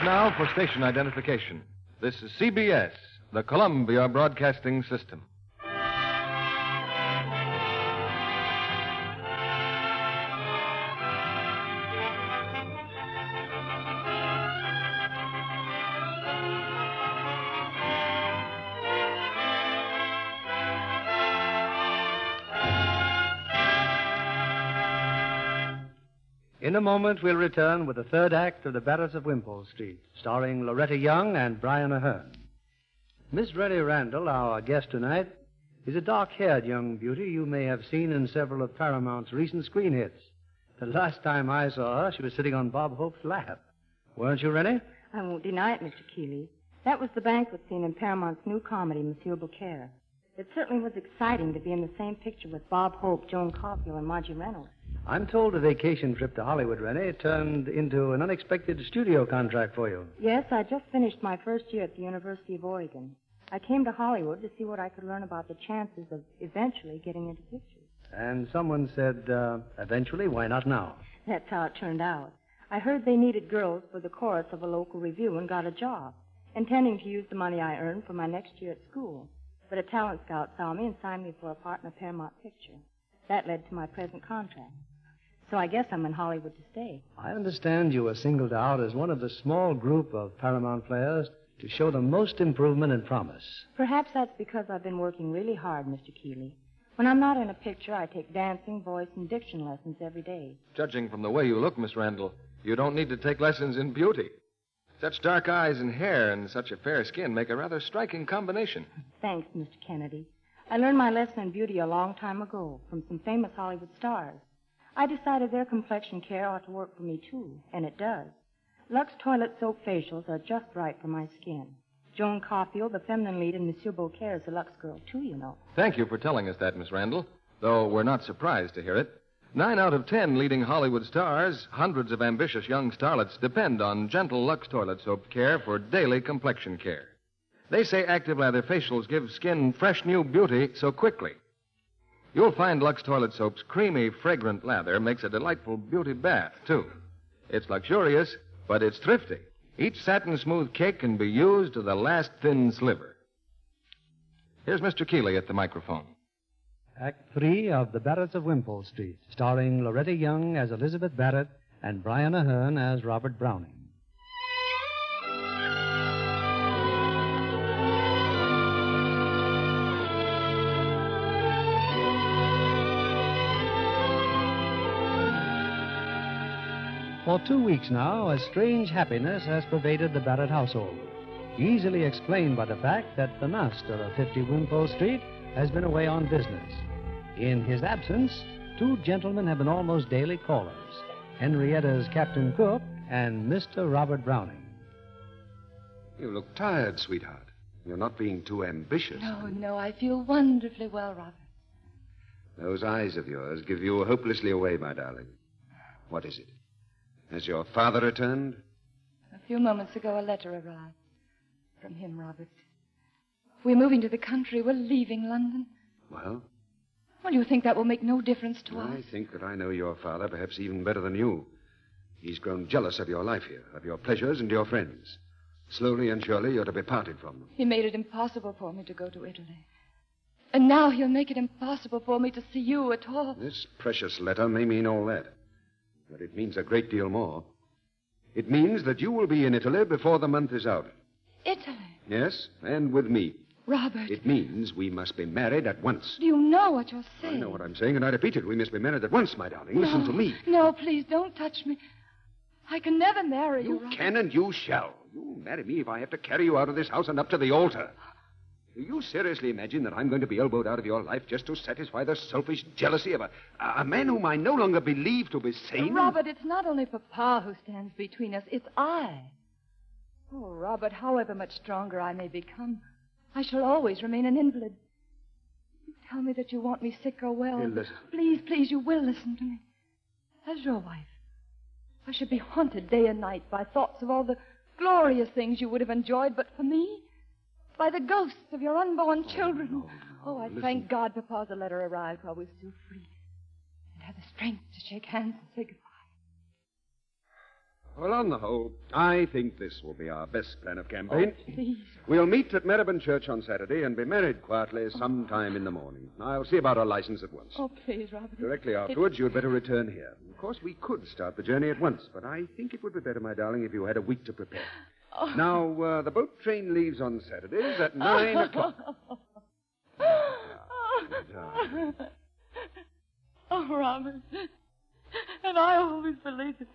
now for station identification. This is CBS, the Columbia Broadcasting System.
In a moment, we'll return with the third act of The Barretts of Wimpole Street, starring Loretta Young and Brian Ahern. Miss Rennie Randall, our guest tonight, is a dark haired young beauty you may have seen in several of Paramount's recent screen hits. The last time I saw her, she was sitting on Bob Hope's lap. Weren't you, Rennie?
I won't deny it, Mr. Keeley. That was the banquet scene in Paramount's new comedy, Monsieur Beaucaire. It certainly was exciting to be in the same picture with Bob Hope, Joan Caulfield, and Margie Reynolds.
I'm told a vacation trip to Hollywood, Rennie, turned into an unexpected studio contract for you.
Yes, I just finished my first year at the University of Oregon. I came to Hollywood to see what I could learn about the chances of eventually getting into pictures.
And someone said, uh, eventually, why not now?
That's how it turned out. I heard they needed girls for the chorus of a local review and got a job, intending to use the money I earned for my next year at school. But a talent scout saw me and signed me for a part in a Paramount picture. That led to my present contract. So I guess I'm in Hollywood to stay.
I understand you were singled out as one of the small group of Paramount players to show the most improvement and promise.
Perhaps that's because I've been working really hard, Mr. Keeley. When I'm not in a picture, I take dancing, voice, and diction lessons every day.
Judging from the way you look, Miss Randall, you don't need to take lessons in beauty. Such dark eyes and hair and such a fair skin make a rather striking combination.
Thanks, Mr. Kennedy. I learned my lesson in beauty a long time ago from some famous Hollywood stars. I decided their complexion care ought to work for me, too, and it does. Lux Toilet Soap Facials are just right for my skin. Joan Caulfield, the feminine lead in Monsieur Beaucaire, is a Lux girl, too, you know.
Thank you for telling us that, Miss Randall, though we're not surprised to hear it. Nine out of ten leading Hollywood stars, hundreds of ambitious young starlets depend on gentle Lux toilet soap care for daily complexion care. They say active lather facials give skin fresh new beauty so quickly. You'll find Lux toilet soap's creamy, fragrant lather makes a delightful beauty bath, too. It's luxurious, but it's thrifty. Each satin smooth cake can be used to the last thin sliver. Here's Mr. Keeley at the microphone.
Act three of The Barretts of Wimpole Street, starring Loretta Young as Elizabeth Barrett and Brian Ahern as Robert Browning. For two weeks now, a strange happiness has pervaded the Barrett household, easily explained by the fact that the master of 50 Wimpole Street has been away on business. In his absence, two gentlemen have been almost daily callers Henrietta's Captain Cook and Mr. Robert Browning.
You look tired, sweetheart. You're not being too ambitious.
No, no, I feel wonderfully well, Robert.
Those eyes of yours give you hopelessly away, my darling. What is it? Has your father returned?
A few moments ago, a letter arrived from him, Robert. We're moving to the country. We're leaving London.
Well,
Well, you think that will make no difference to us?
I think that I know your father perhaps even better than you. He's grown jealous of your life here, of your pleasures and your friends. Slowly and surely, you're to be parted from them.
He made it impossible for me to go to Italy. And now he'll make it impossible for me to see you at all.
This precious letter may mean all that, but it means a great deal more. It means that you will be in Italy before the month is out.
Italy.
Yes, and with me.
Robert,
It means we must be married at once.
do you know what you're saying?
I know what I'm saying, and I repeat it. We must be married at once, my darling. Listen
No.
to me.
No, please don't touch me. I can never marry you,
You
Robert.
can and you shall. You'll marry me if I have to carry you out of this house and up to the altar. Do you seriously imagine that I'm going to be elbowed out of your life just to satisfy the selfish jealousy of a, a man whom I no longer believe to be sane?
Robert, it's not only Papa who stands between us, it's I. Oh, Robert, however much stronger I may become, I shall always remain an invalid. You tell me that you want me sick or well.
Hey, listen.
Please, please, you will listen to me. As your wife, I should be haunted day and night by thoughts of all the glorious things you would have enjoyed but for me, by the ghosts of your unborn children. oh, I thank God Papa's letter arrived while we were still free, and had the strength to shake hands and say goodbye.
Well, on the whole, I think this will be our best plan of campaign.
Please.
We'll meet at Marybone Church on Saturday and be married quietly sometime in the morning. I'll see about our license at once.
Oh, please, Robert.
Directly afterwards, you'd better return here. Of course, we could start the journey at once, but I think it would be better, my darling, if you had a week to prepare.
Oh.
Now, uh, the boat train leaves on Saturdays at nine
[laughs]
o'clock.
Oh, Robert. And I always believed that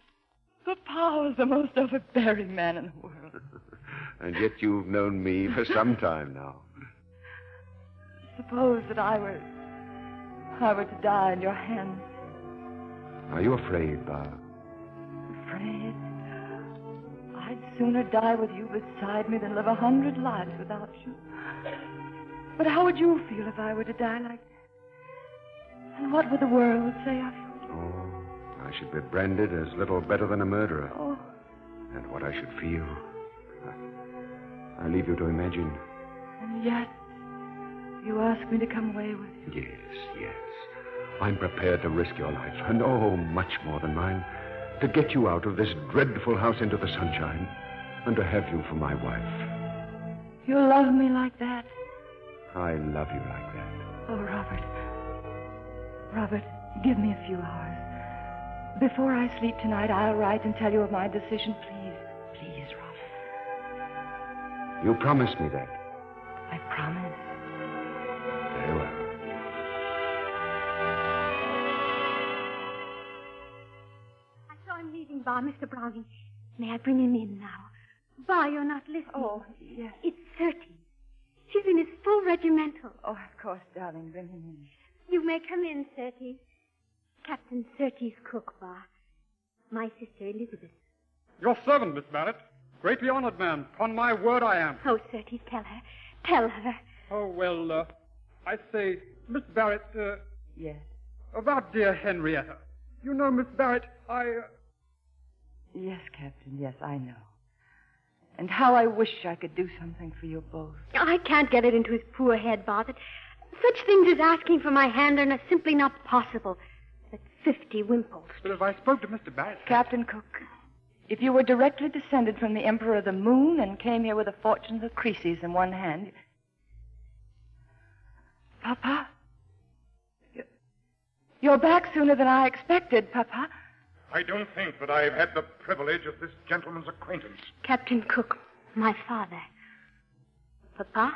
that Paul was the most overbearing man in the world.
And yet you've known me for some time now.
Suppose that I were. I were to die in your hands,
Are you afraid, Bob?
afraid. I'd sooner die with you beside me than live a hundred lives without you. But how would you feel if I were to die like that? And what would the world say of you?
Oh, I should be branded as little better than a murderer.
Oh,
And what I should feel. I, I leave you to imagine.
and yet, you ask me to come away with you.
Yes, yes. I'm prepared to risk your life, and oh, much more than mine, to get you out of this dreadful house into the sunshine, and to have you for my wife.
You love me like that.
I love you like that.
Oh, Robert. Robert, give me a few hours. Before I sleep tonight, I'll write and tell you of my decision, please. Please, Robert.
You promised me that.
I promise.
Very well.
I saw him leaving bar, Mr. Browning. May I bring him in now? Bar, you're not listening. Oh, yes. It's 30. She's in his full regimental.
Oh, of course, darling. Bring him in.
You may come in, Thirty. Captain Thirty's cook, Bar. My sister, Elizabeth.
[laughs] Your servant, Miss Barrett. Greatly honored, ma'am. Upon my word, I am.
Oh, Thirty, tell her. Tell her.
Oh, well, uh, I say, Miss Barrett, uh,
Yes.
about dear Henrietta. You know, Miss Barrett, I. Uh...
Yes, Captain. Yes, I know. And how I wish I could do something for you both.
I can't get it into his poor head, Bar, that such things as asking for my hand are simply not possible. At 50 Wimpole.
But if I spoke to Mr. Barrett.
Captain Cook, if you were directly descended from the Emperor of the Moon and came here with the fortunes of Croesus in one hand. Papa? You- You're back sooner than I expected, Papa.
I don't think that I've had the privilege of this gentleman's acquaintance.
Captain Cook, my father. Papa,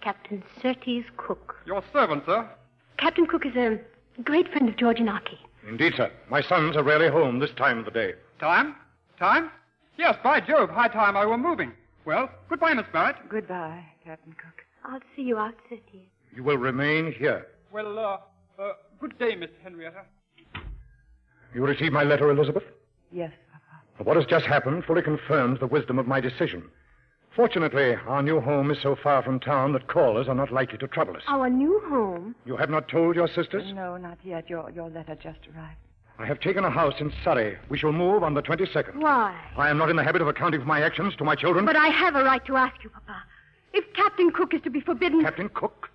Captain Surtees Cook.
Your servant, sir.
Captain Cook is a great friend of George Inaki.
Indeed, sir. My sons are rarely home this time of the day.
Time? Time? Yes, by Jove, high time I were moving. Well, goodbye, Miss Barrett.
Goodbye, Captain Cook.
I'll see you out, Surtees.
You will remain here.
Well, uh, uh, good day, Miss Henrietta.
You received my letter, Elizabeth?
Yes.
What has just happened fully confirms the wisdom of my decision. Fortunately, our new home is so far from town that callers are not likely to trouble us.
Our new home?
You have not told your sisters?
No, not yet. Your, your letter just arrived.
I have taken a house in Surrey. We shall move on the 22nd.
Why?
I am not in the habit of accounting for my actions to my children.
But I have a right to ask you, Papa. If Captain Cook is to be forbidden.
Captain Cook?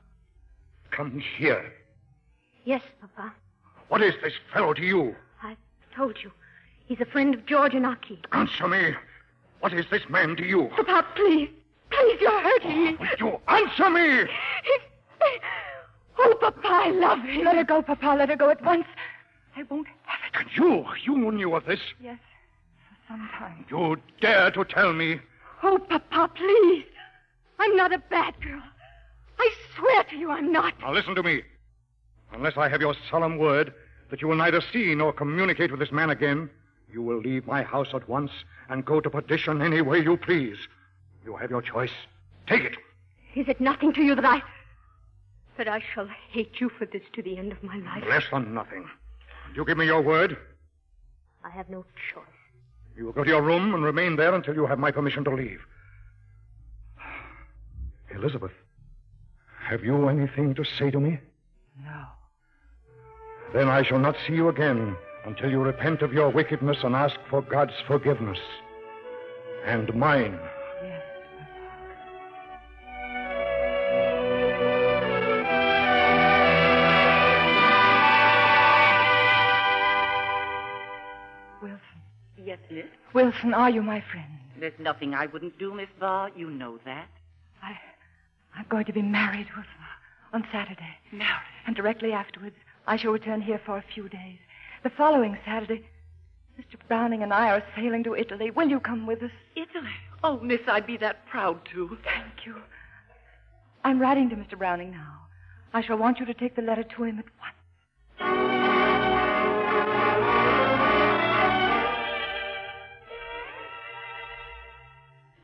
Come here.
Yes, Papa.
What is this fellow to you?
I've told you. He's a friend of George Inaki.
Answer me. What is this man to you?
Papa, please. Please, you're hurting me.
You answer me!
Oh, Papa, I love him. Let her go, Papa. Let her go at once. I won't have it.
And you, you knew of this.
Yes, for some time.
You dare to tell me.
Oh, Papa, please. I'm not a bad girl. I swear to you I'm not.
Now listen to me. Unless I have your solemn word that you will neither see nor communicate with this man again, you will leave my house at once and go to perdition any way you please. You have your choice. Take it.
Is it nothing to you that I. that I shall hate you for this to the end of my life?
Less than nothing. And you give me your word.
I have no choice.
You will go to your room and remain there until you have my permission to leave. [sighs] Elizabeth, have you anything to say to me?
No.
Then I shall not see you again until you repent of your wickedness and ask for God's forgiveness. And mine.
Yes,
business.
Wilson, are you my friend?
There's nothing I wouldn't do, Miss Barr. You know that.
I, I'm going to be married, Wilson, on Saturday.
Married?
And directly afterwards, I shall return here for a few days. The following Saturday, Mr. Browning and I are sailing to Italy. Will you come with us?
Italy? Oh, Miss, I'd be that proud to.
Thank you. I'm writing to Mr. Browning now. I shall want you to take the letter to him at once.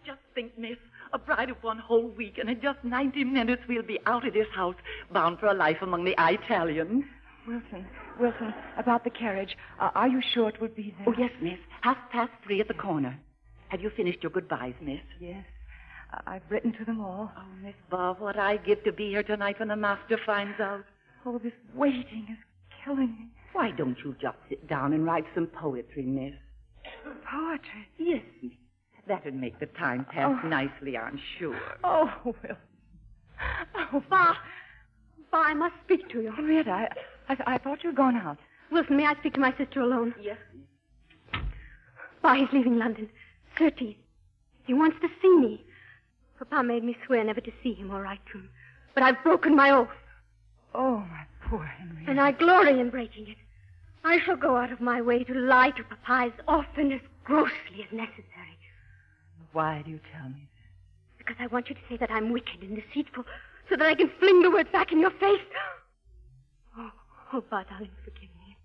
Just think, Miss. A bride of one whole week, and in just 90 minutes we'll be out of this house, bound for a life among the Italians.
Wilson, Wilson, about the carriage. Uh, are you sure it will be there?
Oh, yes, miss. Half past three at the corner. Have you finished your goodbyes, miss?
Yes. I- I've written to them all.
Oh, Miss Bob, what I give to be here tonight when the master finds out.
Oh, this waiting is killing me.
Why don't you just sit down and write some poetry, miss?
Poetry?
Yes, miss. That'd make the time pass
Oh.
nicely, I'm sure.
Oh, Will. Oh,
Bah! Bah, I must speak to you.
Henrietta, I, I, I thought you'd gone out.
Wilson, may I speak to my sister alone?
Yes.
Bah, he's leaving London. 13th. He wants to see me. Papa made me swear never to see him or write to him. But I've broken my oath,
Oh, my poor Henrietta.
and I glory in breaking it. I shall go out of my way to lie to Papa as often, as grossly as necessary.
Why do you tell me?
Because I want you to say that I'm wicked and deceitful, so that I can fling the word back in your face. Oh, oh, Bart, darling, forgive me.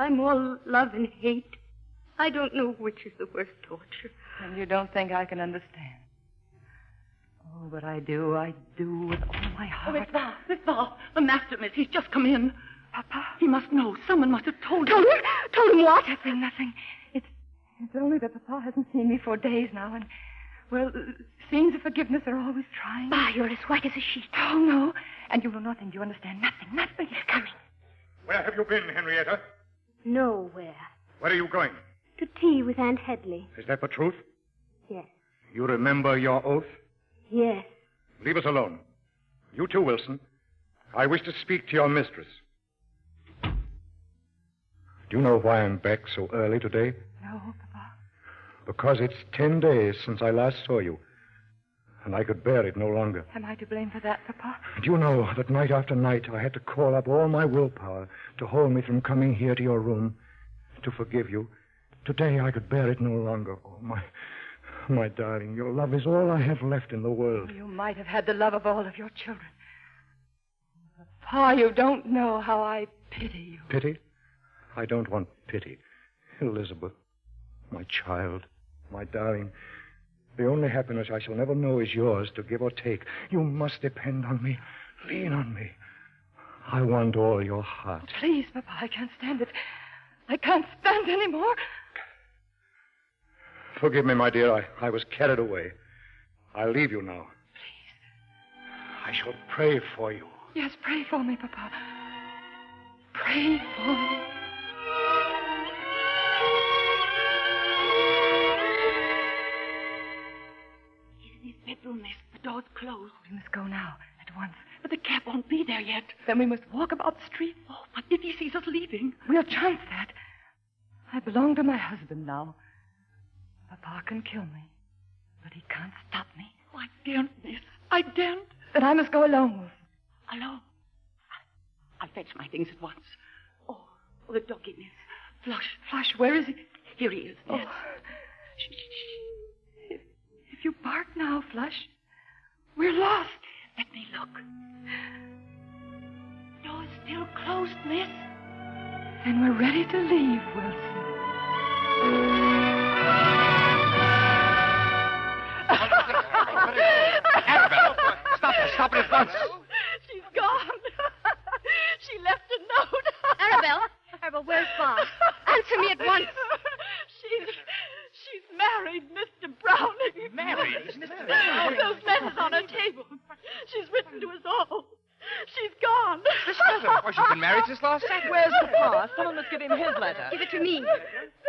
I'm all love and hate. I don't know which is the worst torture.
And you don't think I can understand. Oh, but I do. I do with all my
Oh,
heart.
Miss Bob, Miss Bob, the master, miss, he's just come in.
Papa.
He must know. Someone must have told him.
Told him? Told him what?
Nothing, nothing. It's, it's only that Papa hasn't seen me for days now, and, well, scenes of forgiveness are always trying.
Bah, you're as white as a sheet.
Oh, no. And you know nothing. You understand nothing. Nothing is coming.
Where have you been, Henrietta?
Nowhere.
Where are you going?
To tea with Aunt Hedley.
Is that the truth?
Yes.
You remember your oath?
Yes.
Leave us alone. You too, Wilson. I wish to speak to your mistress. Do you know why I'm back so early today?
No, Papa.
Because it's ten days since I last saw you, and I could bear it no longer.
Am I to blame for that, Papa?
Do you know that night after night I had to call up all my willpower to hold me from coming here to your room, to forgive you? Today I could bear it no longer. Oh, my, my darling, your love is all I have left in the world.
You might have had the love of all of your children. Papa, you don't know how I pity you.
Pity? I don't want pity. Elizabeth, my child, my darling, the only happiness I shall never know is yours to give or take. You must depend on me. Lean on me. I want all your heart.
Please, Papa, I can't stand it. I can't stand any more.
Forgive me, my dear. I, I was carried away. I leave you now. Please. I shall pray for you.
Yes, pray for me, Papa. Pray for me.
His bedroom, miss. The door's closed.
We must go now, at once.
But the cab won't be there yet.
Then we must walk about the street.
Oh, but if he sees us leaving?
We'll chance that. I belong to my husband now. Papa can kill me, but he can't stop me.
Oh, I daren't, miss. I daren't.
Then I must go alone, Wilson.
Alone. I'll, I'll fetch my things at once. Oh, oh the doggy, miss. Flush.
Flush, where is he?
Here he is,
Oh.
miss. Shh, shh,
If you bark now, Flush, we're lost.
shh. Let me look. Door's still closed, miss.
And we're ready to leave, Wilson.
Arabella, stop her. Stop her at once.
She's gone. [laughs] she left a note.
Arabella? Arabella, where's Bob? Answer me at once.
She's she's married, Mr. Browning.
Married?
[laughs]
Mr.
Browning. Those letters on her table. She's written to us all. She's gone.
This letter. Why, she's been married since last Saturday.
Where's Papa? Someone must give him his letter.
Give it to me.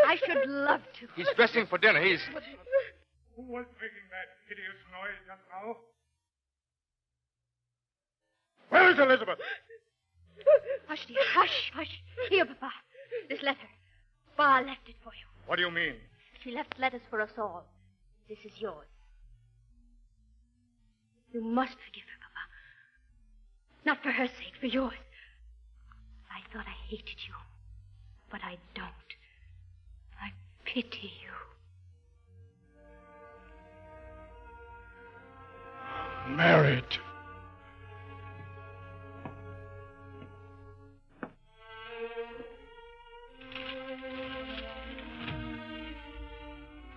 I should love to.
He's dressing for dinner. He's.
Who was making that hideous noise just now? Where is Elizabeth?
Hush, dear. Hush, hush. Here, Papa. This letter. Bar left it for you.
What do you mean?
She left letters for us all. This is yours. You must forgive her, Papa. Not for her sake, for yours. I thought I hated you, but I don't. I pity you.
Married.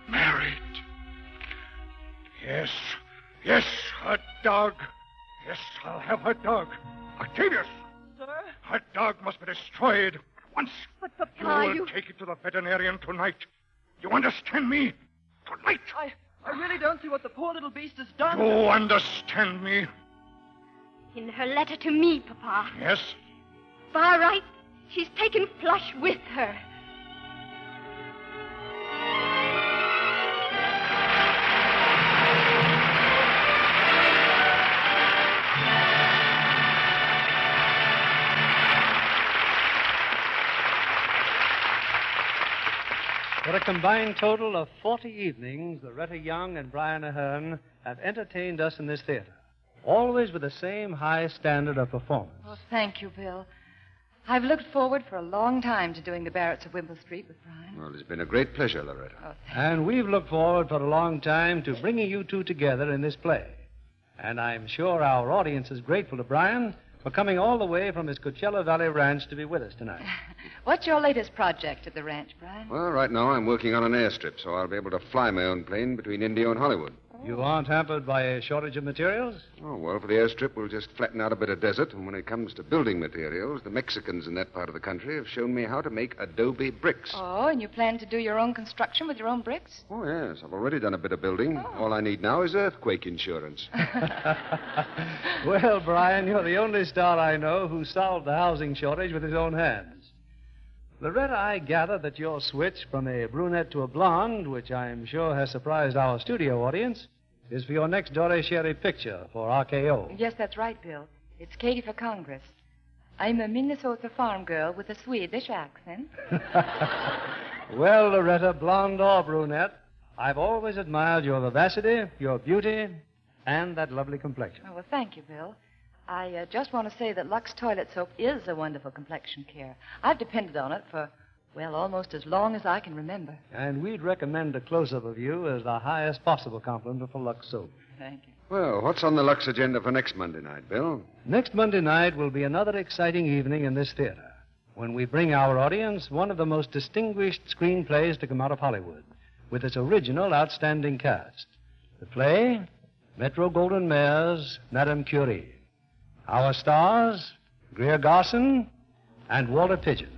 Married. Yes. Yes, a dog. Yes, I'll have her dog. Octavius!
Sir?
Her dog must be destroyed. Once.
But
You'll take it to the veterinarian tonight. You understand me? Tonight.
I, I really don't see what the poor little beast has done.
You understand me?
In her letter to me, Papa,
Yes?
Far right, she's taken Flush with her.
For a combined total of 40 evenings, Loretta Young and Brian Ahern have entertained us in this theater, always with the same high standard of performance.
Oh, thank you, Bill. I've looked forward for a long time to doing the Barretts of Wimble Street with Brian.
Well, it's been a great pleasure, Loretta.
And we've looked forward for a long time to bringing you two together in this play. And I'm sure our audience is grateful to Brian for coming all the way from his Coachella Valley Ranch to be with us tonight.
What's your latest project at the ranch, Brian?
Well, right now I'm working on an airstrip, so I'll be able to fly my own plane between Indio and Hollywood.
You aren't hampered by a shortage of materials?
Oh, well, for the airstrip, we'll just flatten out a bit of desert, and when it comes to building materials, the Mexicans in that part of the country have shown me how to make adobe bricks.
Oh, and you plan to do your own construction with your own bricks?
Oh, yes, I've already done a bit of building. All I need now is earthquake insurance.
Well, Brian, you're the only star I know who solved the housing shortage with his own hands. Loretta, I gather that your switch from a brunette to a blonde, which I'm sure has surprised our studio audience, is for your next Dore Sherry picture for RKO.
Yes, that's right, Bill. It's Katie for Congress. I'm a Minnesota farm girl with a Swedish accent.
Well, Loretta, blonde or brunette, I've always admired your vivacity, your beauty, and that lovely complexion.
Oh, well, thank you, Bill. I uh, just want to say that Lux Toilet Soap is a wonderful complexion care. I've depended on it for, well, almost as long as I can remember.
And we'd recommend a close up of you as the highest possible compliment for Lux Soap.
Thank you.
well, what's on the Lux agenda for next Monday night, Bill?
Next Monday night will be another exciting evening in this theater when we bring our audience one of the most distinguished screenplays to come out of Hollywood with its original outstanding cast. The play, Metro Golden Mayer's Madame Curie. Our stars, Greer Garson and Walter Pigeon.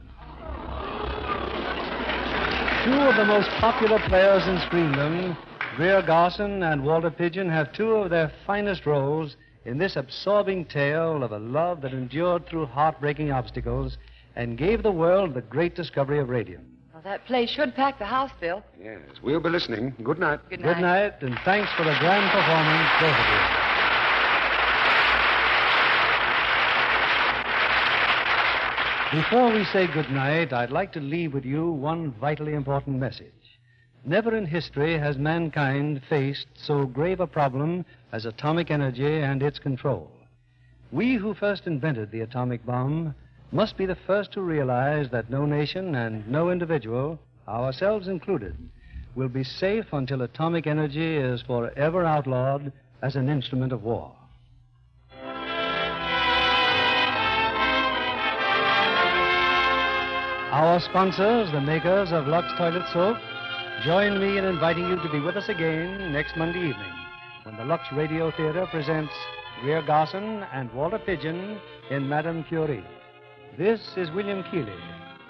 Two of the most popular players in screendom, Greer Garson and Walter Pigeon, have two of their finest roles in this absorbing tale of a love that endured through heartbreaking obstacles and gave the world the great discovery of radium.
Well, that play should pack the house, Bill.
Yes. We'll be listening. Good night.
Good
Good night, and thanks for the grand performance, both of you. Before we say goodnight, I'd like to leave with you one vitally important message. Never in history has mankind faced so grave a problem as atomic energy and its control. We who first invented the atomic bomb must be the first to realize that no nation and no individual, ourselves included, will be safe until atomic energy is forever outlawed as an instrument of war. Our sponsors, the makers of Lux Toilet Soap, join me in inviting you to be with us again next Monday evening when the Lux Radio Theater presents Greer Garson and Walter Pigeon in Madame Curie. This is William Keeley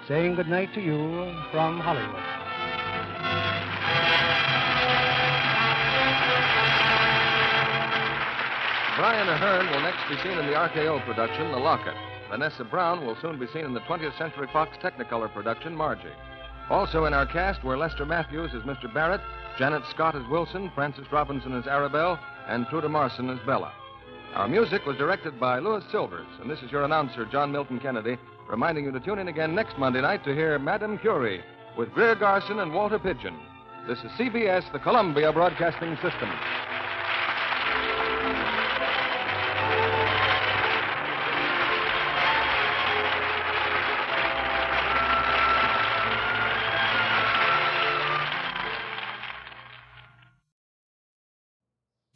saying goodnight to you from Hollywood.
Brian Ahern will next be seen in the RKO production, The Locket. Vanessa Brown will soon be seen in the 20th Century Fox Technicolor production, Margie. Also in our cast were Lester Matthews as Mr. Barrett, Janet Scott as Wilson, Francis Robinson as Arabelle, and Truda Marson as Bella. Our music was directed by Louis Silvers, and this is your announcer, John Milton Kennedy, reminding you to tune in again next Monday night to hear Madame Curie, with Greer Garson and Walter Pigeon. This is CBS, the Columbia Broadcasting System.